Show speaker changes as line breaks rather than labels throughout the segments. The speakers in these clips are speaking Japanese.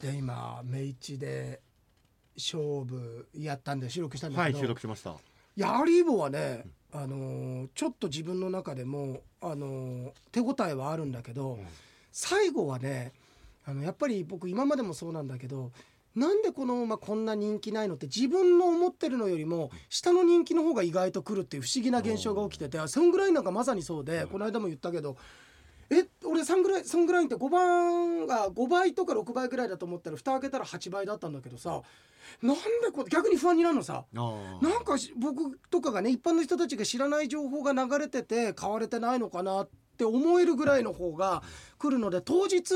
で今明治で勝負やったんで収録したんだ
は
け
い
ど、
収録しました
やはりイボはね、あのーちょっと自分の中でも、あのー手応えはあるんだけど、最後はねあのやっぱり僕今までもそうなんだけどなんでこの馬こんな人気ないのって自分の思ってるのよりも下の人気の方が意外と来るっていう不思議な現象が起きててそんぐらいなんかまさにそうで、この間も言ったけどえ俺サングラインソングラインって5番が5倍とか6倍ぐらいだと思ったら蓋開けたら8倍だったんだけどさなんでこう逆に不安になるのさ。
あー
なんかし僕とかがね一般の人たちが知らない情報が流れてて買われてないのかなって思えるぐらいの方が来るので当日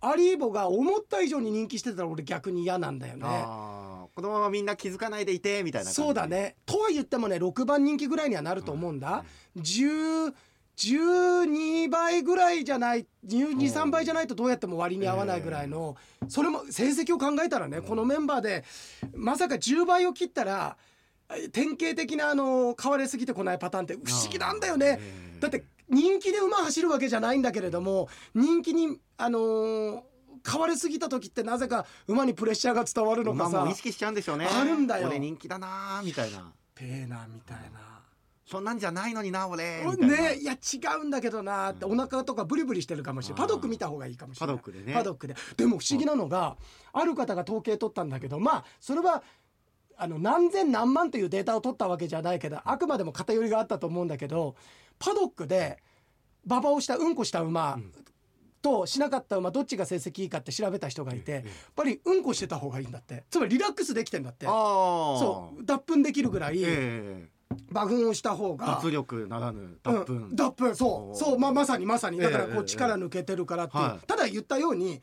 アリーボが思った以上に人気してたら俺逆に嫌なんだよね。
あーこのままみんな気づかないでいてみたいな感じ
そうだねとは言ってもね6番人気ぐらいにはなると思うんだ。10 12倍ぐらいじゃない123倍じゃないとどうやっても割に合わないぐらいの、それも成績を考えたらね、このメンバーでまさか10倍を切ったらえ典型的なあの買われすぎてこないパターンって不思議なんだよね。だって人気で馬走るわけじゃないんだけれども人気にあのー買われすぎた時ってなぜか馬にプレッシャーが伝わるの
ま
か
あも
さ
う意識しちゃうんでしょうね
あるんだよ
俺人気だなーみたいな
ペーナーみたいな。
そんなんじゃないのにな俺みたいな
ね、いや違うんだけどなって、お腹とかブリブリしてるかもしれない
あー
パドック見た方がいいかもしれない
パドックでね
パドックででも不思議なのが、ある方が統計取ったんだけどまあそれはあの何千何万というデータを取ったわけじゃないけどあくまでも偏りがあったと思うんだけどパドックで馬場をしたうんこした馬、としなかった馬どっちが成績いいかって調べた人がいて、やっぱりうんこしてた方がいいんだってつまりリラックスできてんだって
ああ
そう脱粉できるぐらい
え
馬群をした方
え
が
脱力ならぬ脱
う
粉、
ん、脱粉そ
おー
うそうまあまさにまさにだから
ええ
こ
え
う
え
力抜けてるからっていう、
はい
ただ言ったように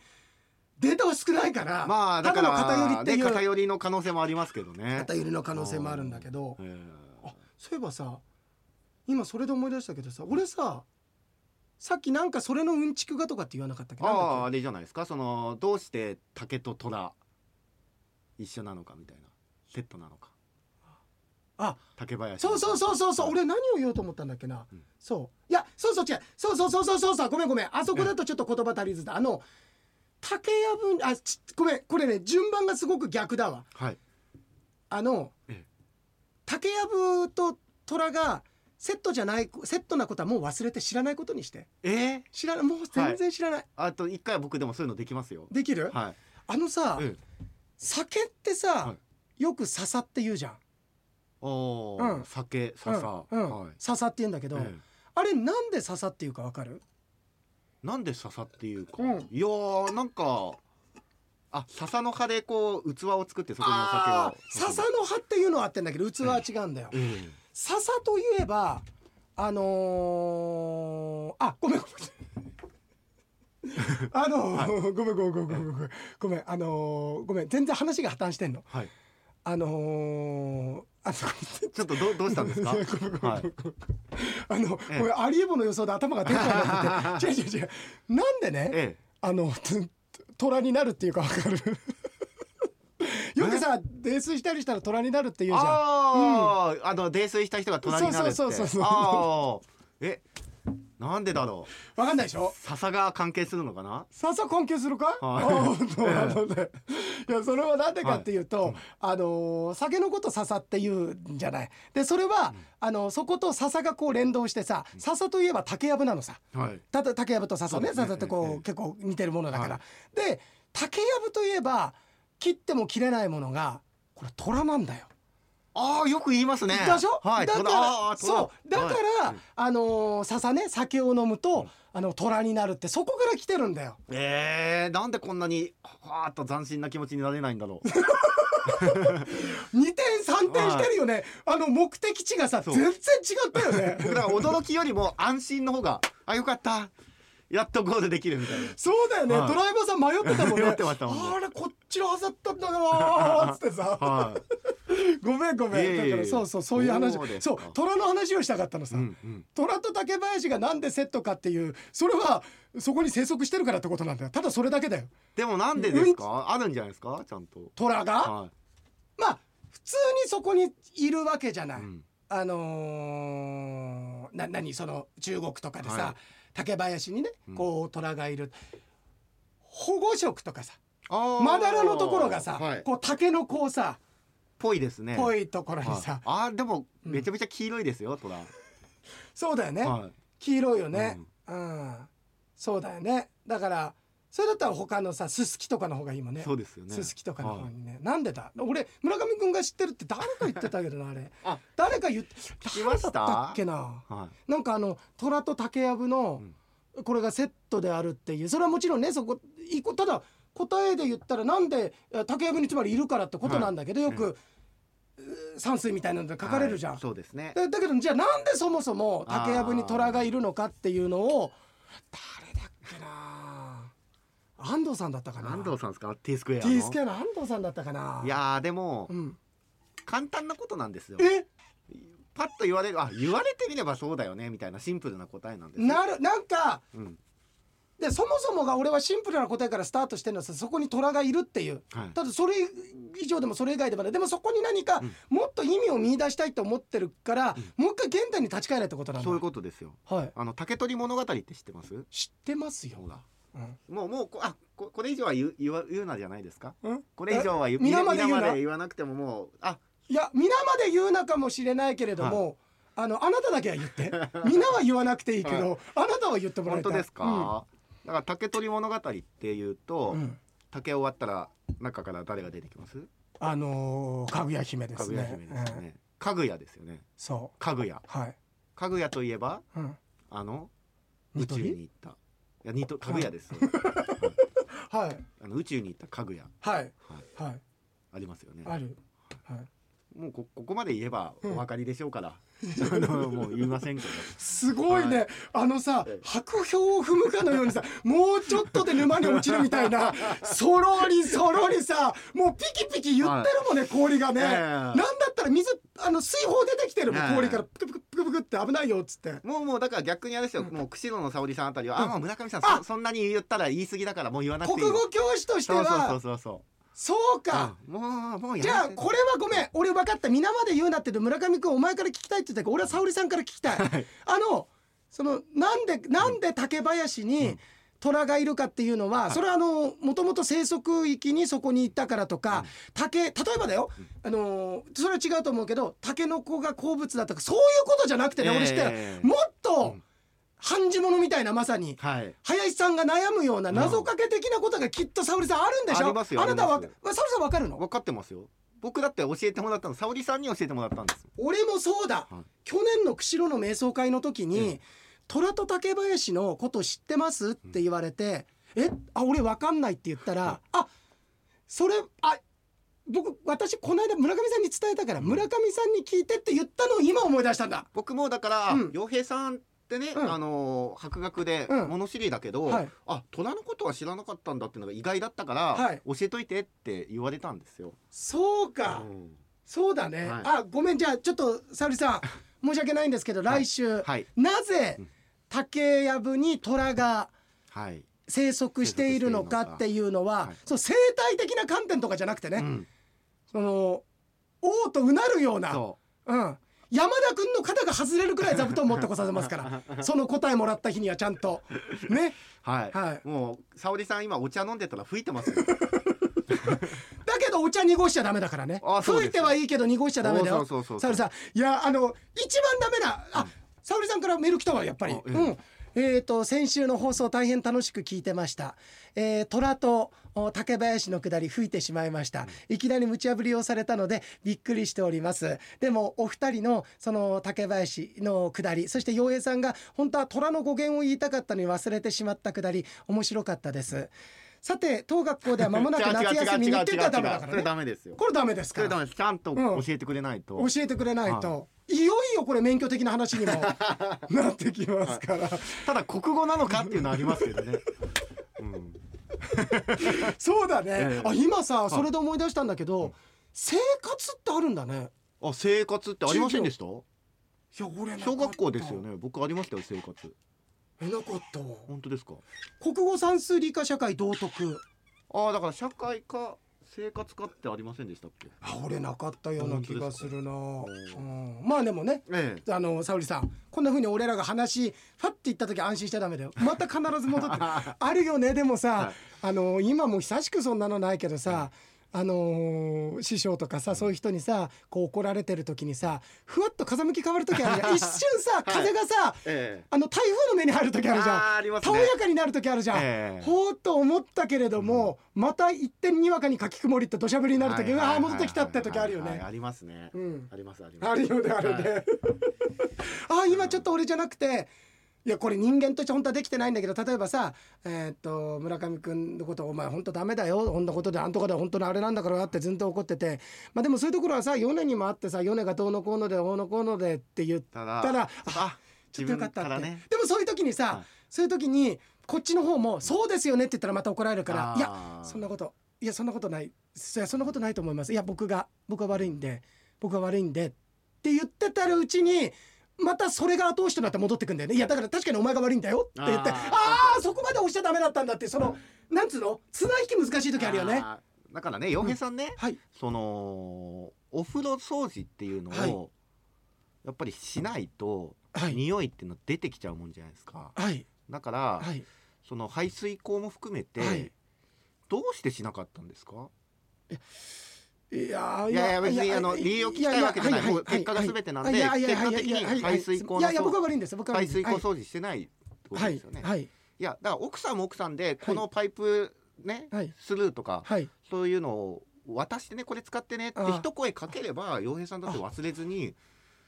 データは少ないから,、
まあだから
ただの偏りって
ね
いう
偏りの可能性もありますけどね
偏りの可能性もあるんだけど
ええ
あそういえばさ今それで思い出したけどさ俺ささっきなんかそれのうんちくがとかって言わなかったっけ
あ
ど
ああれじゃないですかそのどうして竹と虎一緒なのかみたいなセットなのか
あ
竹林
そうそうそうそうそう
はい
俺何を言おうと思ったんだっけな、
ん
そういやそうそう違うそうそうそうそうそうそうごめんごめんあそこだとちょっと言葉足りずだあの竹やぶんあちごめんこれね順番がすごく逆だわ
はい
あの
ええ
竹やぶと虎がセットじゃないセットなことはもう忘れて知らないことにして
ええ
知らないもう全然知らない、
あと一回は僕でもそういうのできますよ
できる、
はい
あのさ、
ええ
酒ってさ、
は
よく笹って言うじゃん
お
う
ー
ん
酒笹
うんうん
はい
笹って言うんだけど、
ええ
あれなんで笹っていうかわかる
なんで笹っていうか、
うん
いやーなんかあ笹の葉でこう器を作ってそこにお酒
あ
を
ー笹の葉っていうのはあってんだけど器は違うんだよ、
ええ
笹といえばあのー、あごめんご めんあのーごめんごめんごめんごめんごめんごめんあのー、ごめん全然話が破綻してんの
はい
あのー、あそこに
ちょっとどうどうした んですかはい
あの、
ええ
これアリエボの予想で頭が出っ張 ってて違う違う違うなんでね、
ええ
あのつ虎になるっていうかわかるよくさ泥酔したりしたら虎になるっていうじゃん
ああ、あの泥酔した人が隣になるって。
そうそうそうそう
ああ、え、なんでだろう。
わかんないでしょ
笹が関係するのかな。
ささ困窮するか、
はい
あ本当なのでいやそれはなんでかっていうと、あのー酒のこと笹って言うんじゃないでそれは、あのそこと笹がこう連動してさ笹といえば竹やぶなのさ
はい。
ただ竹やぶと笹ね
そうですね
笹ってこう、
ええ
結構似てるものだから、で竹やぶといえば切っても切れないものがこれ虎なんだよ。
ああ、よく言いますね。
でしょ、
はい。
だか
虎あ
ら
あ
そうだ
虎
から、
はい
あのー笹ね酒を飲むと、あの虎になるってそこから来てるんだよ。
ええなんでこんなに、はーっと斬新な気持ちになれないんだろう。
二点三点してるよね。あの目的地がさ
そう
全然違ったよね。
僕だから驚きよりも安心の方が、あ、よかった。やっとゴールできるみたいな。
そうだよね。
はい
ドライバーさん迷ってたもんね。
迷ってましたもんね
あれこっちのはずだったんだからつってさ。
はい。
ごめんごめん。
いえいえいえ
だからそうそうそういう話。
そうです
そ
か
う虎の話をしたかったのさ。
うんうん。
虎と竹林がなんでセットかっていうそれはそこに生息してるからってことなんだよただそれだけだよ
でもなんでですか。あるんじゃないですか。ちゃんと。
虎が、
は
まあ普通にそこにいるわけじゃない、
い。うん。
あのーな何その中国とかでさ、
はい
竹林にね
うん
こう虎がいる、保護色とかさ
あー
まだらのところがさ、
はい
こう竹のこうさ
ぽいですね
ぽいところに
はい
さ、
あーでも
うん
めちゃめちゃ黄色いですよトラ
そうだよね、
はい
黄色いよね、うんそうだよねだからそれだったら他のさすすきとかの方がいいもんね
そうですよね
すすきとかの方
はい
にね、なんでだ俺村上君が知ってるって誰か言ってたけどなあれ
あ
誰か言って
きました
誰だったっけな
はい
なんかあの虎と竹やぶのこれがセットであるっていうそれはもちろんねそこ一個ただ答えで言ったらなんでえ竹やぶにつまりいるからってことなんだけど、
はい
よく、う山水みたいなので書かれるじゃん、
はいそうですね
だだけどじゃあなんでそもそも竹やぶに虎がいるのかっていうのを誰だっけな安藤さんだったかな
安藤さんですか T スクエアの、
T スケアの安藤さんだったかない
やーでも
うん、
簡単なことなんですよ
え
パッと言われるあ言われてみればそうだよねみたいなシンプルな答えなんですよ
なるなんか
うん
でそもそもが俺はシンプルな答えからスタートしてるのはさそこに虎がいるっていう
はい
ただそれ以上でもそれ以外でもないでもそこに何か
うん
もっと意味を見出したいと思ってるから、
う
もう一回現代に立ち返れってことなんだ
そういうことですよ
はい、
あの竹取物語って知ってます
知ってますよ
ほ、ら
うん
もうもうこあここれ以上は言う言わ言うなじゃないですか
うん、
これ以上は言う
皆まで言うな
皆言わなくてももうあ
いや皆まで言うなかもしれないけれども、あのあなただけは言って 皆は言わなくていいけど、あなたは言ってもら
本
いた
当
い
ですか、だから竹取物語っていうと、
うんうん
竹終わったら中から誰が出てきます
あのー、かぐや姫で
か
す
ぐ
ね
や姫ですよ
うん
ねかぐやですよね
そ
かぐや
うはい、
かぐやといえば
うん、
あの宇
ニト
宙
リ
に行ったいやニトかぐやです よ
はい
あの宇宙に行ったかぐや
はい
はい
はい
ありますよね
ある、はい、
もうこここまで言えば
うん
お分かりでしょうから、あのもう言いませんけど
すごいね、
は
あのさ
ええ
白氷を踏むかのよう にさもうちょっとで沼に落ちるみたいなそろりそろりさもうピキピキ言ってるもんね、氷 がね、
ええ
なんだったら水あの水泡出てきてるもん、
ええ
氷からプクプクプクプクって危ないよっつって
もうもうだから逆にあれですよ、もう釧路の沙織さんあたりは、
うん
あもう村上さん
あ
そそんなに言ったら言い過ぎだからもう言わなくてい
国
い
語教師として
そうそうそう
は
そうそう
そうか
うんもうもうやめて
じゃあこれはごめん俺分かった皆まで言うなって言って村上君お前から聞きたいって言ったけど俺は沙織さんから聞きたい
はい
あのそのなんでなんで竹林
う
に
ん
虎がいるかっていうのは、
い
それはあのもともと生息域にそこに行ったからとか、竹例えばだよ、あのーそれは違うと思うけどタケノコが好物だとかそういうことじゃなくてね、俺知ってる
ええ
もっと
うん
半地物みたいなまさに。
はい
林さんが悩むような謎かけ的なことがきっと沙織さんあるんでしょ、
ありますよ
あなたは
あ
わ
り
か
ま
沙織さんわかるの
分かってますよ僕だって教えてもらったの沙織さんに教えてもらったんです
俺もそうだ、
はい
去年の釧路の瞑想会の時に、
うん
虎と竹林のこと知ってますって言われて、えあ俺わかんないって言ったら、あそれあ僕私この間村上さんに伝えたから、村上さんに聞いてって言ったのを今思い出したんだ、
僕もだから
うん
洋、平さんってね、
うん
あのー博学で
うん
物知りだけど、
はい
あ虎のことは知らなかったんだっていうのが意外だったから、
はい
教えといてって言われたんですよ。
そうか、
うん
そうだね、
はい
あごめんじゃあちょっと沙織さん申し訳ないんですけど来週、
はい
なぜ竹やぶに虎が
はい、
生息しているのかっていうのは、
はい
そう生態的な観点とかじゃなくてね、
うん
そのおおとうなるようなう、
そ
ん、山田君の肩が外れるくらい座布団持ってこさせますから その答えもらった日にはちゃんとね
うはい、
はい
もう沙織さん今お茶飲んでたら吹いてますよ。
だけどお茶濁しちゃダメだからね
あそうです
吹いてはいいけど濁しちゃダメだよ
そうそうそうそ
沙
う
織さんいやあの一番ダメなあ、沙織さんからメール来たわやっぱり
あええ
うんえー、と先週の放送大変楽しく聞いてました、えー、虎とお竹林の下り吹いてしまいました、いきなり無茶ぶりをされたのでびっくりしておりますでもお二人のその竹林の下りそして洋平さんが本当は虎の語源を言いたかったのに忘れてしまった下り面白かったですさて当学校では間 もなく夏休みに行ってたらダメだか
そ
ら
れ
ね
ダメですよ。
これダメです
そ
か
れダ
ら
メです。ちゃんと
う
教
ん
えてくれないと。
教えてくれないと、い、よいよこれ免許的な話にもなってきますから、
ただ国語なのかっていうのありますけどね。うん、
そうだね、
ええ
あ今さそれで思い出したんだけど、生活ってあるんだね
あ生活ってありませんでした？
いや俺なかった
小学校ですよね。僕ありましたよ生活。
えなかったわ
本当ですか？
国語算数理科社会道徳
ああだから社会科生活科ってありませんでしたっけ
あ俺なかったような気がするな、
本当です
う
か
ん、まあでもね
ええ
あの沙織さんこんな風に俺らが話ファッて言った時安心しちゃダメだよまた必ず戻ってあるよねでもさ、
はい
あの今もう久しくそんなのないけどさ、あのー師匠とかさそういう人にさこう怒られてる時にさふわっと風向き変わる時あるじゃん一瞬さ風がさ、
ええ
あの台風の目に入る時あるじゃん
あーありますね
爽やかになる時あるじゃん、
ええ
ほーっと思ったけれども、また一点にわかにかき曇りって土砂降りになる時、
はいうは
わ
いはい
ー戻ってきたって時あるよ
はいはい
ね
ありますね
うん
ありますあります
あるよねあるね、
はい
あー今ちょっと俺じゃなくていやこれ人間として本当はできてないんだけど例えばさえーっと村上君のこと「お前本当ダメだよこんなことであんとかで本当のあれなんだから」ってずっと怒っててまあでもそういうところはさ米にもあってさ米がどうのこうのでどうのこうのでって言った
ただ
らあ
あ
ちょっとよかったって、
自分からね
でもそういう時にさ、
はい
そういう時にこっちの方も「そうですよね」って言ったらまた怒られるから「いや
あー
そんなこといやそんなことないそそんなことないと思いますいや僕が僕は悪いんで僕は悪いんで」って言ってたらうちにまたそれが後押しとなって戻ってくんだよね「いやだから確かにお前が悪いんだよ」って言って「
あー
ああーそこまで押しちゃダメだったんだ」ってそのなんつうの綱引き難しい時あるよね。
あーだからね洋平さんね、
はい
そのお風呂掃除っていうのを、
はい
やっぱりしないと、
はい
匂いっていうの出てきちゃうもんじゃないですか
はい
だから、
はい
その排水口も含めて、
はい
どうしてしなかったんですか
いやー
いやいや別にあの理由を聞きたいわけじゃないもう結果が全てなんで結果的に排水口の
いやいや僕は悪いんです僕は悪い
排
んです
水口掃除してないってこと
は
で
い
すよね、い
はい
やだから奥さんも奥さんでこのパイプね、
はい
スルーとか、
はい
そういうのを渡してねこれ使ってねって
あー
一声かければ洋平さんだって忘れずに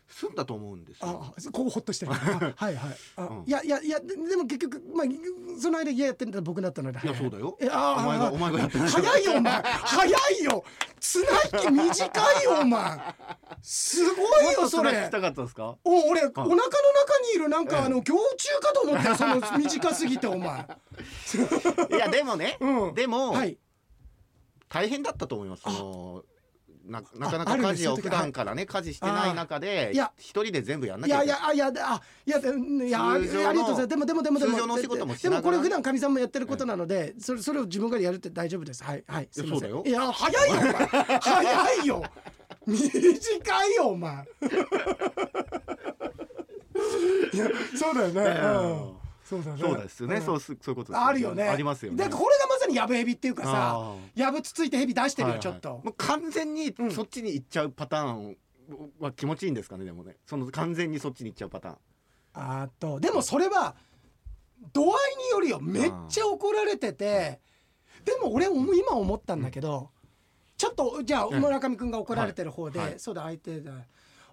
済んだと思うんですよ
あ。あこうほっと してるあはいはいあ、
うん
いやいやいやででも結局まあその間家やってんだら僕だったので
いやそうだよ
えあ
お前が
はいはい
お前がやってない
早 いよお前早いよ綱引き短いよお前すごいよそ
もっと辛くし
れ
たかったですか
お俺お腹の中にいるなんか、
ええ
あの行虫かと思ったよその短すぎてお 前
いやでもね、
うん
でも、
はい
大変だったと思いますそのななかな
ああ
か
るんで
家
す
事を
そういう時
普段からね家事してない中で
いや
一人で全部やんないき
や
ゃ
い
いけ
やあ
ない
いやあいやうんいやああり
通常の
がとうございますでもでもでもでも
通常のお仕事もし
で
なが
もこ
ら
れ普段かみさんもやってることなのでそれそれを自分からやるって大丈夫ですはいはいすいません
そうだよ
いや早いよお前早いよ短いよお前いやそうだよね、
ええ
うん、そうだね
そうですよね、
ん
そうすそういうことです
あるよね
ありますよね
だからこれがまさにやぶヘビっていうかさ
あ
やぶつついてヘビ出してるよ、
はいはい
ちょっと
もう完全に
うん
そっちに行っちゃうパターンは気持ちいいんですかねでもねその完全にそっちに行っちゃうパターン
あーっとでもそれは度合いによるよめっちゃ怒られててでも俺思今思ったんだけど、ちょっとじゃあ
ええ
村上君が怒られてる方で、
はいはい
そうだ相手だ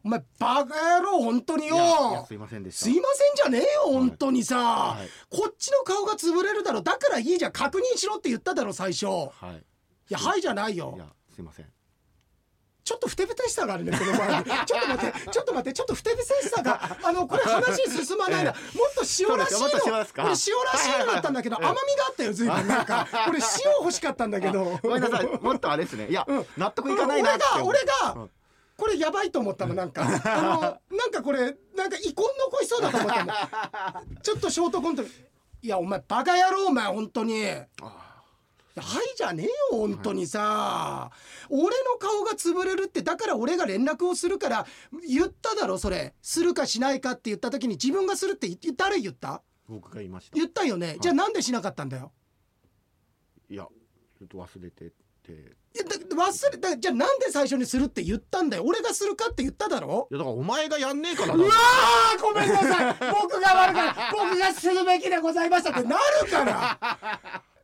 お前バカ野郎本当によ
いやいやすいませんでした
すいませんじゃねえよ本当にさ、
い
こっちの顔が潰れるだろだからいいじゃん確認しろって言っただろ最初い
はい
やはいじゃないよ
いやすいません
ちょっとふてぶてしさがあるね、この場合。ちょっと 待って、ちょっと待って、ちょっとふてぶてしさが、あの、これ話進まないな。もっと塩らしいの。
そう
これ塩
ですよも
ら
っと塩ですか
しいのだったんだけど、
は
甘みがあったよ、ずいぶん。なん か、これ塩欲しかったんだけど。
ごめんな さいもっとあれですねいや、
うん
納得いかないなって思う
俺が、俺
う
が
ん、
これやばいと思ったの、なんか。あの、なんかこれ、なんか遺恨残しそうだと思った の。ちょっとショートコント。いや、お前、バカ野郎、お前、本当に。
あ
はいじゃねえよ本当にさ、俺の顔が潰れるってだから俺が連絡をするから言っただろそれするかしないかって言った時に自分がするって言誰言った
僕が言いました
言ったよね、じゃあなんでしなかったんだよ
いやちょっと忘れててい
いやだ忘れだじゃあなんで最初にするって言ったんだよ俺がするかって言っただろ
やだからお前がやんねえから
う
だ
わーごめんなさい 僕が悪かった僕がするべきでございましたってなるから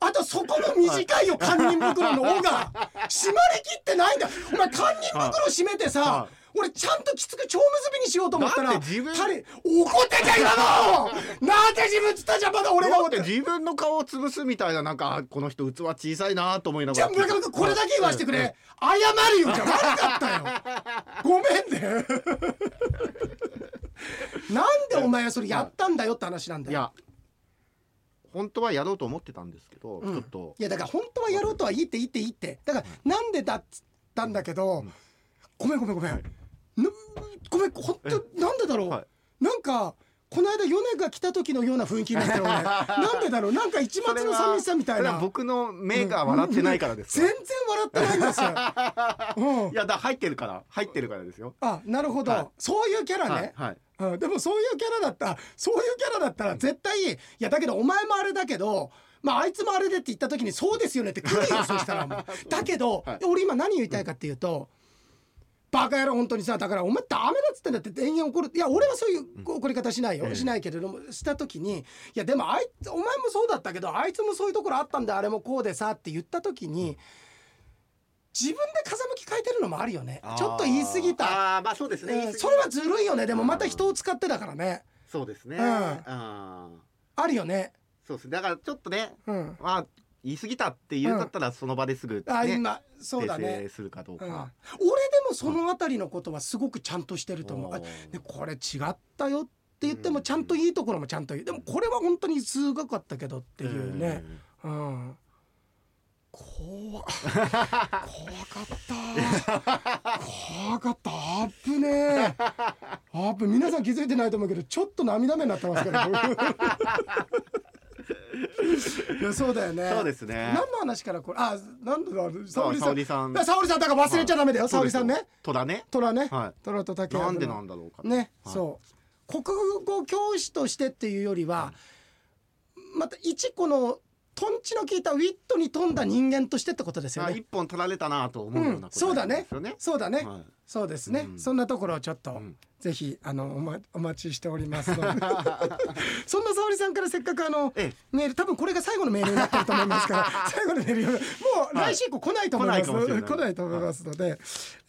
あとそこも短いよ堪忍袋の尾が締まりきってないんだお前堪忍袋締めてさ
は
俺ちゃんときつく蝶結びにしようと思ったら
だって自分
タレ怒ってんじゃん今のなんで自分つったじゃんまだ俺が
だ
怒
っ
って
て
る
自分の顔を潰すみたいななんかあこの人器小さいなと思いなが
じゃ
ら
あ村上君これだけ言わしてくれ謝るよじゃあ悪かったよごめん ねなんでお前はそれやったんだよって話なんだ
い
よ
や本当はやろうと思ってたんですけど、ちょっと
いやだから本当はやろうとは言って言って言ってだからなんでだっつったんだけど、ごめんごめんごめん、なごめん本当なんでだろう、
は
なんかこの間米が来た時のような雰囲気になったよね なんでだろうなんか一抹の寂しさみたい
それは
な
僕の目が笑ってないからです
全
よ、
然笑ってないん ですよ、うん
い、やだから入ってるから入ってるからですよ
あなるほど、
はい
そういうキャラね、
はいはい
うん、でもそういうキャラだったそういうキャラだったら絶対いやだけどお前もあれだけどまああいつもあれでって言った時にそうですよねって来るよそした らもうだけど、
はい
俺今何言いたいかっていうと、バカ野郎本当にさだからお前ダメだっつってんだって延々怒るいや俺はそういうこ怒り方しないよ、
ええ
しないけれどもした時にいやでもあいつお前もそうだったけどあいつもそういうところあったんだあれもこうでさって言った時に、自分で風向き変えてるのもあるよねちょっと言い過ぎた
あーまあそうですね、言い過ぎた
それはずるいよねでもまた人を使ってだからね
そうですね、
うん
あー
あるよね
そうですねだからちょっとね
うん
まあ言い過ぎたって言うんだったらその場ですぐ、ね
あ今そうだ
訂
ね
正するかどう
うん、俺で
か、
もそのあたりのことはすごくちゃんとしてると思う、あ
おー
ねこれ違ったよって言っても
うん
ちゃんといいところもちゃんと言うでもこれは本当にすごかったけどっていうね
ん
うん、怖っ怖かった怖かったあっぶねえあっぶ皆さん気づいてないと思うけどちょっと涙目になってますから 僕いやそうだよね
そうですね
何の話からこれあなんだろう沙織
沙
さん
織さん
だ沙織さんだから忘れちゃダメだよ沙織さんね
虎ね
虎ね
は
虎と
い
竹
なんでなんだろうか
ね、
はい
そう国語教師としてっていうよりは、また一個のとんちの効いたウィットに富んだ人間としてってことですよ
あ
ね。
一本取られたなと思うようなこと
そうだね
ですよね。
そうだね、
はい
そうですね、
うん
そんなところをちょっと、
うん
ぜひあのお,、ま、お待ちしております のでそんな沙織さんからせっかくあの
え
メール多分これが最後のメールになってると思います から最後のメールもう
は
来
い
週以降来ないと思います、
来ないかもしれない
来ないと思いますので、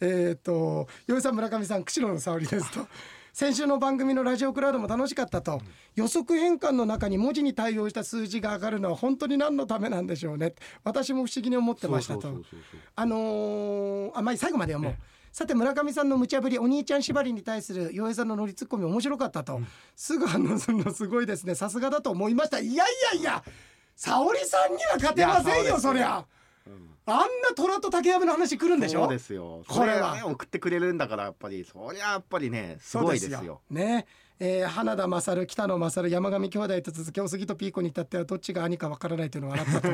えっ、とよいさん村上さん釧路の沙織です と。先週の番組のラジオクラウドも楽しかったと、予測変換の中に文字に対応した数字が上がるのは本当に何のためなんでしょうね私も不思議に思ってましたと
そうそうそうそう
あのーあまあ最後まで読もう。さて村上さんの無茶ぶりお兄ちゃん縛りに対する洋平さんの乗りツッコミ面白かったと、すぐ反応するのすごいですねさすがだと思いましたいやいやいや沙織さんには勝てません
いや
よ
そ
そう
です
り
よ
ゃ、あんな虎と竹やぶの話来るんでしょ
そうですよ。
こ
こ
れ
れ
は
はね送ってくれるんだからやっぱりそりゃやっぱりねす
そう
ごいですよ。
ねえー花田勝北野勝山上兄弟と続きお杉とピーコに至ってはどっちが兄かわからないというのを笑っ たと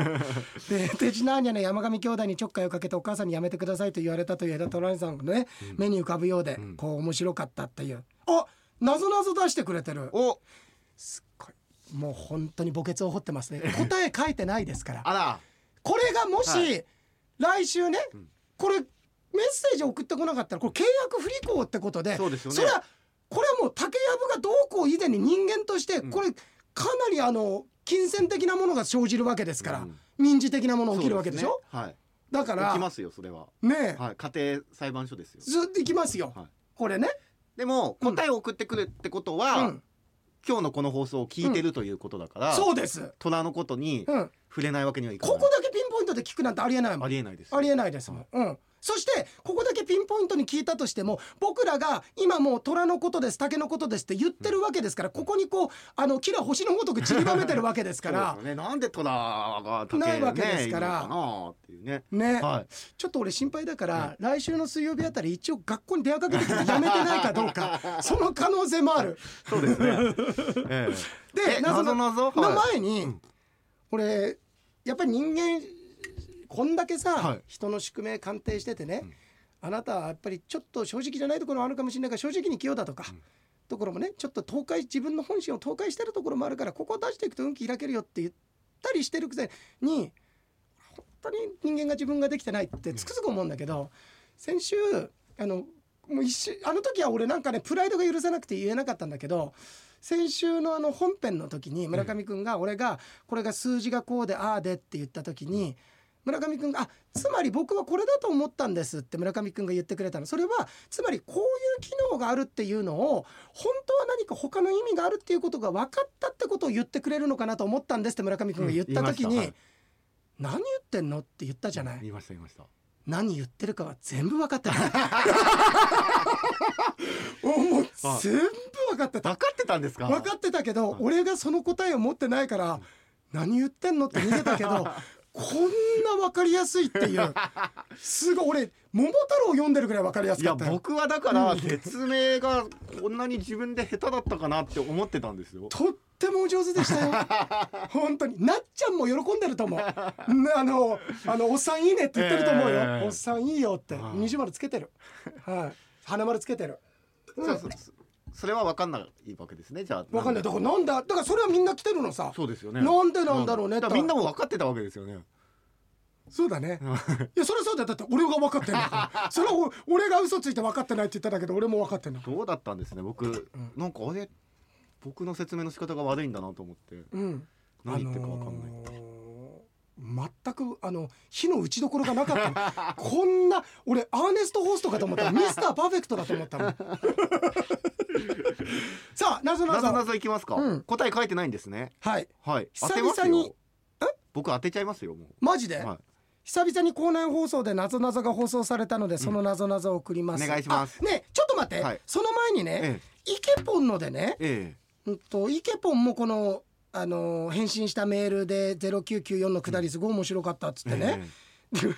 で手品アニャの山上兄弟にちょっかいをかけてお母さんにやめてくださいと言われたという枝虎さんのね、目に浮かぶようで、
うん
こう面白かったっていうあ謎謎出してくれてる
お
すっごいもう本当に墓穴を掘ってますね答え書いてないですから
あら
これがもし、
は
来週ね、
ん
これメッセージ送ってこなかったらこれ契約不履行ってことで
そうですよね
れはこれはもう竹やぶがどうこう以前に人間としてこれかなりあの金銭的なものが生じるわけですから、
うん
民事的なもの起きるわけでしょ。
そうすね
だか
はい。起
ら
き
ね
ますよそれは。
え、
はい家庭裁判所ですよ。
ずっといきますよ、
はい
これね、
でも答えを送ってくるってこと
う
は
ん、
今日のこの放送を聞いてるということだから。
そうです、
虎のことに
うん、
触れないわけにはいかな
こ
い。
こだけピンポイントで聞くなんてありえないもん
ありえないです。
ありえないですもん。うん。そしてここだけピンポイントに聞いたとしても僕らが今もう虎のことです竹のことですって言ってるわけですからここにこうあのキラ星のごとく散りばめてるわけです から
そうですよね、なんで虎が竹
ないわけですから
ねいるのかなっていうね。
ね、
はい。
ちょっと俺心配だから来週の水曜日あたり一応学校に電話かけてきてやめてないかどう かその可能性もある。
そ うですね。ええ
で
え
謎
謎
の
謎
の
はい
前に俺やっぱり人間こんだけさ、
はい
人の宿命鑑定しててね、あなたはやっぱりちょっと正直じゃないところもあるかもしれないから正直に器用だとか、ところもねちょっと倒壊自分の本心を倒壊してるところもあるからここを出していくと運気開けるよって言ったりしてるくせに本当に人間が自分ができてないってつくづく思うんだけど、先週あのもう一瞬あの時は俺なんかねプライドが許さなくて言えなかったんだけど先週のあの本編の時に村上君が俺がこれが数字がこうでああでって言った時に村上君が「あつまり僕はこれだと思ったんです」って村上君が言ってくれたのそれはつまりこういう機能があるっていうのを本当は何か他の意味があるっていうことが分かったってことを言ってくれるのかなと思ったんですって村上君が言った時
うん言いましたは
に「
い
何言ってんの?」って言ったじゃない。
言いました言いました。
何言ってるかは全部分かって た。もう全部分かってた。
分かってたんですか。
分かってたけど、俺がその答えを持ってない から、何言ってんのって逃げたけど、こんな分かりやすいっていう。すごい俺桃太郎読んでるぐらいわかりやす
い
か
や
ったよ
僕はだから説明がこんなに自分で下手だったかなって思ってたんですよ。
とってもお上手でした よ本当になっちゃんも喜んでると思う うんあのあのおっさんいいねって言ってると思うよ、
ええ
おっさんいいよって
ああ
二重丸つけてるはい花丸つけてるうん
そうそうそうそれは分かんないわけですねじゃあ。
わかんないだからなんだだからそれはみんな来てるのさ
そうですよね。
なんでなんだろうね
だからみんなも分かってたわけですよね。
そうだねいやそれはそうだよだって俺が分かってん だからそれはお俺が嘘ついて分かってないって言っただけど俺も分かってんだ
どうだったんですね僕
ん
なんかあれ僕の説明の仕方が悪いんだなと思って
うん
何言ってるか分かんない。
あのー全くあの火の打ちどころがなかったの こんな俺アーネスト・ホーストかと思ったのミスター・パーフェクトだと思った のさあなぞな
なぞな
ぞ
ぞいきますか、
うん
答え書いてないんですね
はい
はい当
久
て
々に
ますよ僕当てちゃいますよも
マジで、
う、はい、
久々に校内放送でなぞなぞが放送されたのでそのなぞなぞを送ります、
お願いします
あねえちょっと待って、
はい
その前にね、
え
イケポンのでね
え
う
え
んとイケポンもこのあのー返信したメールで0994のくだりすごい面白かったっつっ
え
てね、
ええ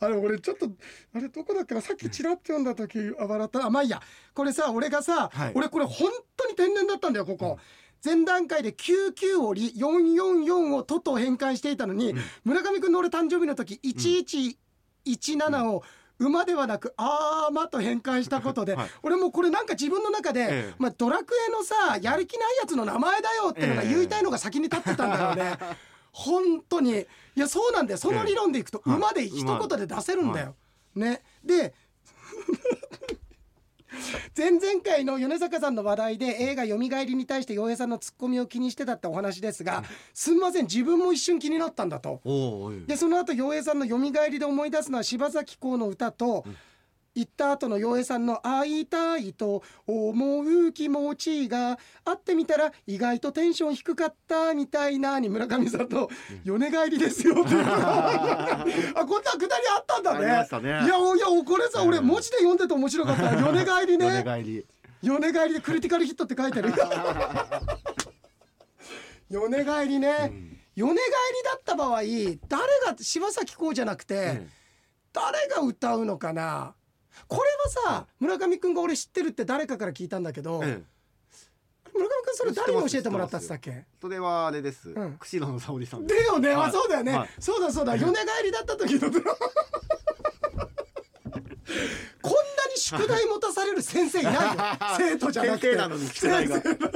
あれ俺ちょっとあれどこだっけなさっきちらっと読んだ時あ笑ったあまあいいやこれさ俺がさ、
はい
俺これ本当に天然だったんだよここ、前段階で99をり444をとと変換していたのに、村上君の俺誕生日の時1117を馬ではなく「あーま」と変換したことで、
はい
俺もうこれなんか自分の中で、
ええ
まあ、ドラクエのさやる気ないやつの名前だよってのが言いたいのが先に立ってたんだよ ね。本当にいやそうなんだよその理論でいくと
ええ
馬で一言で出せるんだよ。ね、で前々回の米坂さんの話題で映画「よみがえり」に対して洋平さんのツッコミを気にしてたってお話ですが、すみません自分も一瞬気になったんだと。
おおええ
でその後洋平さんの「よみがえり」で思い出すのは柴咲コウの歌と、行った後の洋平さんの「会いたいと思う気持ちが会ってみたら意外とテンション低かった」みたいなに村上さんと「米返りですよ」って いうあこんなくだりあったんだね。
ありましたね
いやおいやおこれさ俺
うん
文字で読んでて面白かった「米返 りね」
お願いに
米返りでクリティカルヒットって書い てる。米返りね、米返りだった場合誰が柴咲コウじゃなくて、
え
誰が歌うのかなこれはさ村上くんが俺知ってるって誰かから聞いたんだけど、
えええ
村上くんそれ誰
知って
に
ます
教えてもらったっつったっけ
それはあれです、
うん
釧路の沙織さん
だよね、
はい
あそうだよね、
はい
そうだそうだ米返りだった時のこんなに宿題持たされる先生いない よ生徒じゃなくて
先生なのに宿題が
先生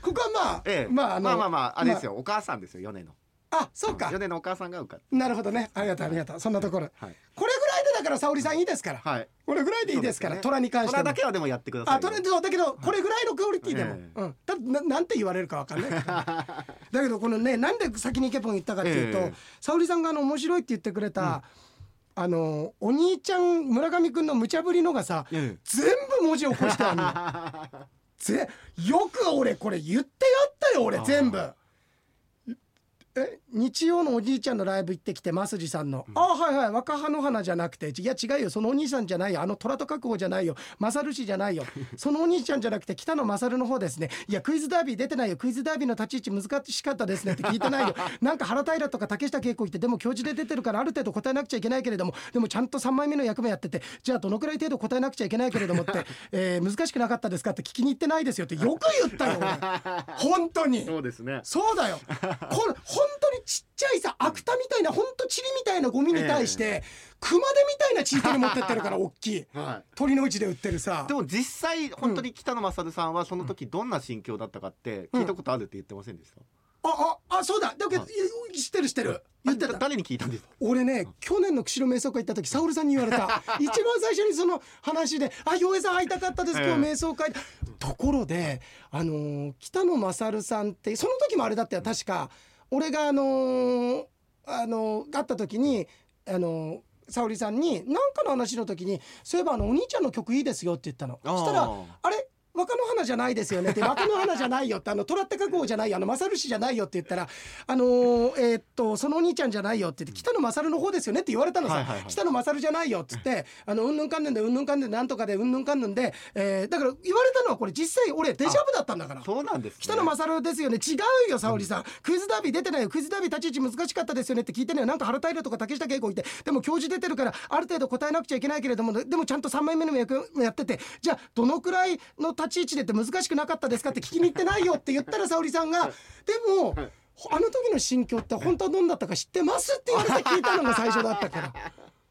ここはまあ、
ええ
まああの
まあまあまああれですよ、お母さんですよ米の
まああそうか、
米のお母さんが受かっ
なるほどねありがとうありがとうそんなところ、
はい
これぐらいでだから沙織さんいいですから、
はい
これぐらいでいいですから、虎に関して
虎
も
だけはでもやってください
あとりあえずだけどこれぐらいのクオリティでも、
ええ
うん、たななんて言われるかわかんない だけどこのねなんで先にイケポン言ったかっていうと、
ええ
沙織さんがあの面白いって言ってくれた、あのお兄ちゃん村上くんの無茶ぶりのがさ、
ええ
全部文字起こしてあるの ぜよく俺これ言ってやったよ俺全部え日曜のおじいちゃんのライブ行ってきてますじさんの「ああはいはい若葉の花じゃなくていや違うよそのお兄さんじゃないよあの虎と覚悟じゃないよ勝氏じゃないよそのお兄ちゃんじゃなくて北野勝の方ですねいやクイズダービー出てないよクイズダービーの立ち位置難しかったですね」って聞いてないよなんか原平とか竹下恵子行ってでも教授で出てるからある程度答えなくちゃいけないけれどもでもちゃんと3枚目の役目やっててじゃあどのくらい程度答えなくちゃいけないけれどもって、えー難しくなかったですかって聞きに行ってないですよってよく言ったよ俺本当に。
そうですね
そうだよこ れ本当にちっちゃいさアクタみたいな本当チリみたいなゴミに対して、熊手みたいなチートに持ってってる から大きい
はい
鳥の市で売ってるさ
でも実際本当に北野勝さんはその時どんな心境だったかって聞いたことあるって言ってませんでした、
あああそうだだけど、
はい
知ってる知ってる言って
あ
た
誰に聞いたんですか
俺ね去年の釧路瞑想会行った時沙織さんに言われ た一番最初にその話で「あ洋平さん会いたかったです今日
え
瞑想会」ところで、あのー北野勝さんってその時もあれだったよ確か俺があのーあのー会った時にあのー沙織さんに何かの話の時に「そういえばあのお兄ちゃんの曲いいですよ」って言ったの
あー
そしたら「あれ若の花じゃないですよね」って「若の花じゃないよ」って「あの虎って覚悟じゃないよあの勝氏じゃないよ」って言ったら「あのーえーっとそのお兄ちゃんじゃないよ」って言って「北野勝の方ですよね」って言われたのさ「
はいはいはい
北野勝じゃないよ」っつって「あのうんぬんかんぬんでうんぬんかんぬんでなんとかでうんぬんかんぬんで、えーだから言われたのはこれ実際俺デジャブだったんだから。
そうなんです、ね。
北野勝ですよね違うよ沙織さん、クイズダービー出てないよクイズダービー立ち位置難しかったですよねって聞いてねなんか原平とか竹下恵子いてでも教授出てるからある程度答えなくちゃいけないけれどもでもちゃんと3枚目の役もやっててじゃあどのくらいの立ち位置でって難しくなかったですかって聞きに行ってないよって言ったら沙織さんがでも、
はい
あの時の心境って本当はどんだったか知ってますって言われて聞いたのが最初だった から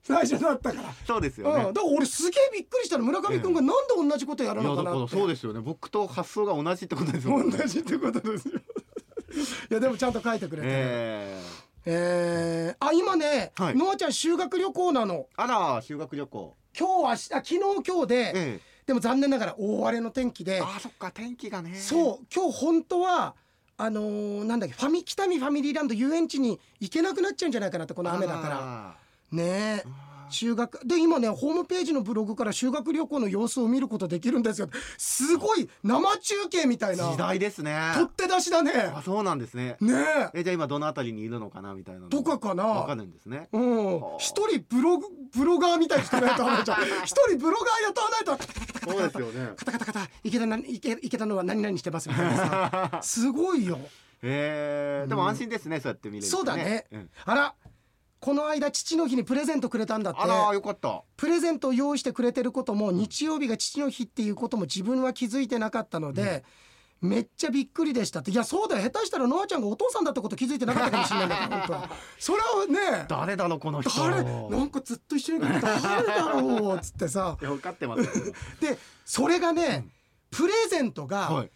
最初だったから。
そうですよね。
うん、だから俺すげえびっくりしたの村上君がなんで同じことやら
い
な
や
のか
だか
なっ
ら
て
そうですよね僕と発想が同じってことですもんね
同じってことですよ いやでもちゃんと書いてくれて、え
え
えーあ今ね、
はい
ノアちゃん修学旅行なの
ー、あら修学旅行
今日はあ昨日今日で、
え
でも残念ながら大荒れの天気
え
で
あそっか天気がね
そう今日本当はあのーなんだっけファミ北見ファミリーランド遊園地に行けなくなっちゃうんじゃないかなってこの雨だからねえ
ら
修学で今ねホームページのブログから修学旅行の様子を見ることできるんですよすごい生中継みたいな
時代ですね
取って出しだね
あそうなんですね
ねえ
えじゃあ今どのあたりにいるのかなみたいなの
とかかな
わかるんですね
うん
はあ、
一人ブログブロガーみたいにしてないとダメじゃん一人ブロガー雇わないと
そうですよね
カタカタカタ池田な池池田のは何々してますみたいなさすごいよ
えー、でも安心ですね、そうやって見れると、
そうだね
ん
あらこの間父の日にプレゼントくれたんだって
あらよかった
プレゼントを用意してくれてることも日曜日が父の日っていうことも自分は気づいてなかったので、めっちゃびっくりでしたっていやそうだよ下手したらノアちゃんがお父さんだってこと気づいてなかったかもしれないんだから本当はそれはね
誰だろうこの人
誰なんかずっと一緒にいるから誰だろうっつってさ
いや分かってますよ
でそれがね、プレゼントが、
はい